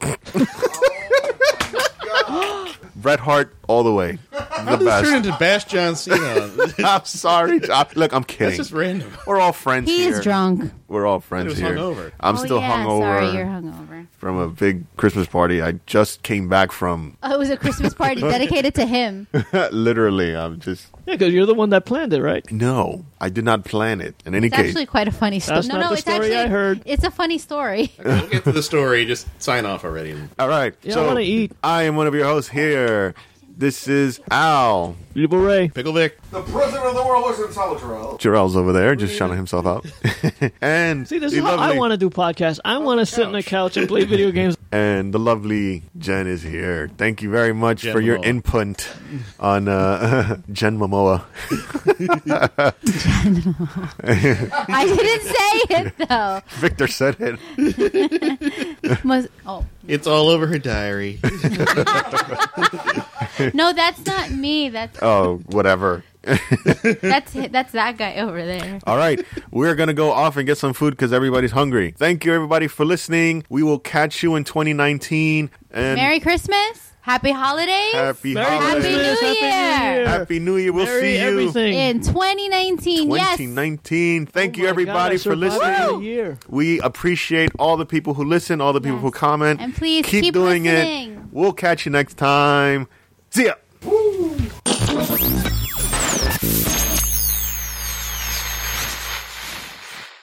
Speaker 4: Bret Hart all the way. The
Speaker 2: How did this turn
Speaker 4: best.
Speaker 2: into Bash John
Speaker 4: [LAUGHS]
Speaker 2: Cena? That's
Speaker 4: I'm sorry. John. Look, I'm kidding.
Speaker 2: just random.
Speaker 4: We're all friends
Speaker 1: He
Speaker 4: here.
Speaker 1: is drunk.
Speaker 4: We're all friends
Speaker 2: was
Speaker 4: here.
Speaker 2: hungover.
Speaker 4: I'm
Speaker 1: oh,
Speaker 4: still
Speaker 1: yeah,
Speaker 4: hungover.
Speaker 1: Sorry, you're hungover.
Speaker 4: from a big Christmas party. I just came back from
Speaker 1: Oh, it was a Christmas party dedicated to him.
Speaker 4: [LAUGHS] literally. I'm just
Speaker 3: yeah, because you're the one that planned it, right?
Speaker 4: no. I did not plan it. In any
Speaker 1: It's
Speaker 4: case,
Speaker 1: actually quite a funny story.
Speaker 3: That's
Speaker 1: no,
Speaker 3: not
Speaker 1: no,
Speaker 3: the
Speaker 1: it's
Speaker 3: story
Speaker 1: actually
Speaker 3: I heard.
Speaker 1: it's a funny story.
Speaker 2: We'll get to the story. Just sign off already.
Speaker 4: all right.
Speaker 3: Yeah, I
Speaker 4: so
Speaker 3: wanna eat.
Speaker 4: I am one of your hosts here. This is Al.
Speaker 3: Beautiful Ray.
Speaker 2: Pickle Vic.
Speaker 5: The president of the world lives in Salvatore.
Speaker 4: Jarrell's over there, just shouting himself out. [LAUGHS] and
Speaker 3: See, this
Speaker 4: the
Speaker 3: is how I
Speaker 4: lovely-
Speaker 3: want to do podcasts. I want to sit on the couch and play video games.
Speaker 4: and the lovely Jen is here. Thank you very much
Speaker 2: Jen
Speaker 4: for your
Speaker 2: Momoa.
Speaker 4: input on uh, [LAUGHS] Jen Momoa.
Speaker 1: I didn't say it though.
Speaker 4: Victor said
Speaker 3: [LAUGHS]
Speaker 4: it.
Speaker 1: Must- oh
Speaker 2: It's all over her diary.
Speaker 1: [LAUGHS] no, that's not me. That's
Speaker 4: Oh, whatever.
Speaker 1: that's that's that guy over there.
Speaker 4: All right, we're gonna go off and get some food because everybody's hungry. Thank you, everybody, for listening. We will catch you in 2019. And
Speaker 1: Merry Christmas, Happy Holidays,
Speaker 4: [LAUGHS] Happy
Speaker 3: Merry
Speaker 4: holidays.
Speaker 1: New
Speaker 3: Christmas. Happy
Speaker 1: Year.
Speaker 3: New Year.
Speaker 4: Happy New Year. We'll
Speaker 3: Merry
Speaker 4: see you
Speaker 3: everything.
Speaker 1: in 2019. Yes,
Speaker 4: 2019. Thank
Speaker 3: Oh
Speaker 4: you,
Speaker 3: my
Speaker 4: everybody,
Speaker 3: God, I
Speaker 4: for
Speaker 3: survived
Speaker 4: listening.
Speaker 3: the year.
Speaker 4: We appreciate all the people who listen, all the people
Speaker 1: Yes.
Speaker 4: who comment,
Speaker 1: And please keep
Speaker 4: doing
Speaker 1: listening.
Speaker 4: it. We'll catch you next time. See ya.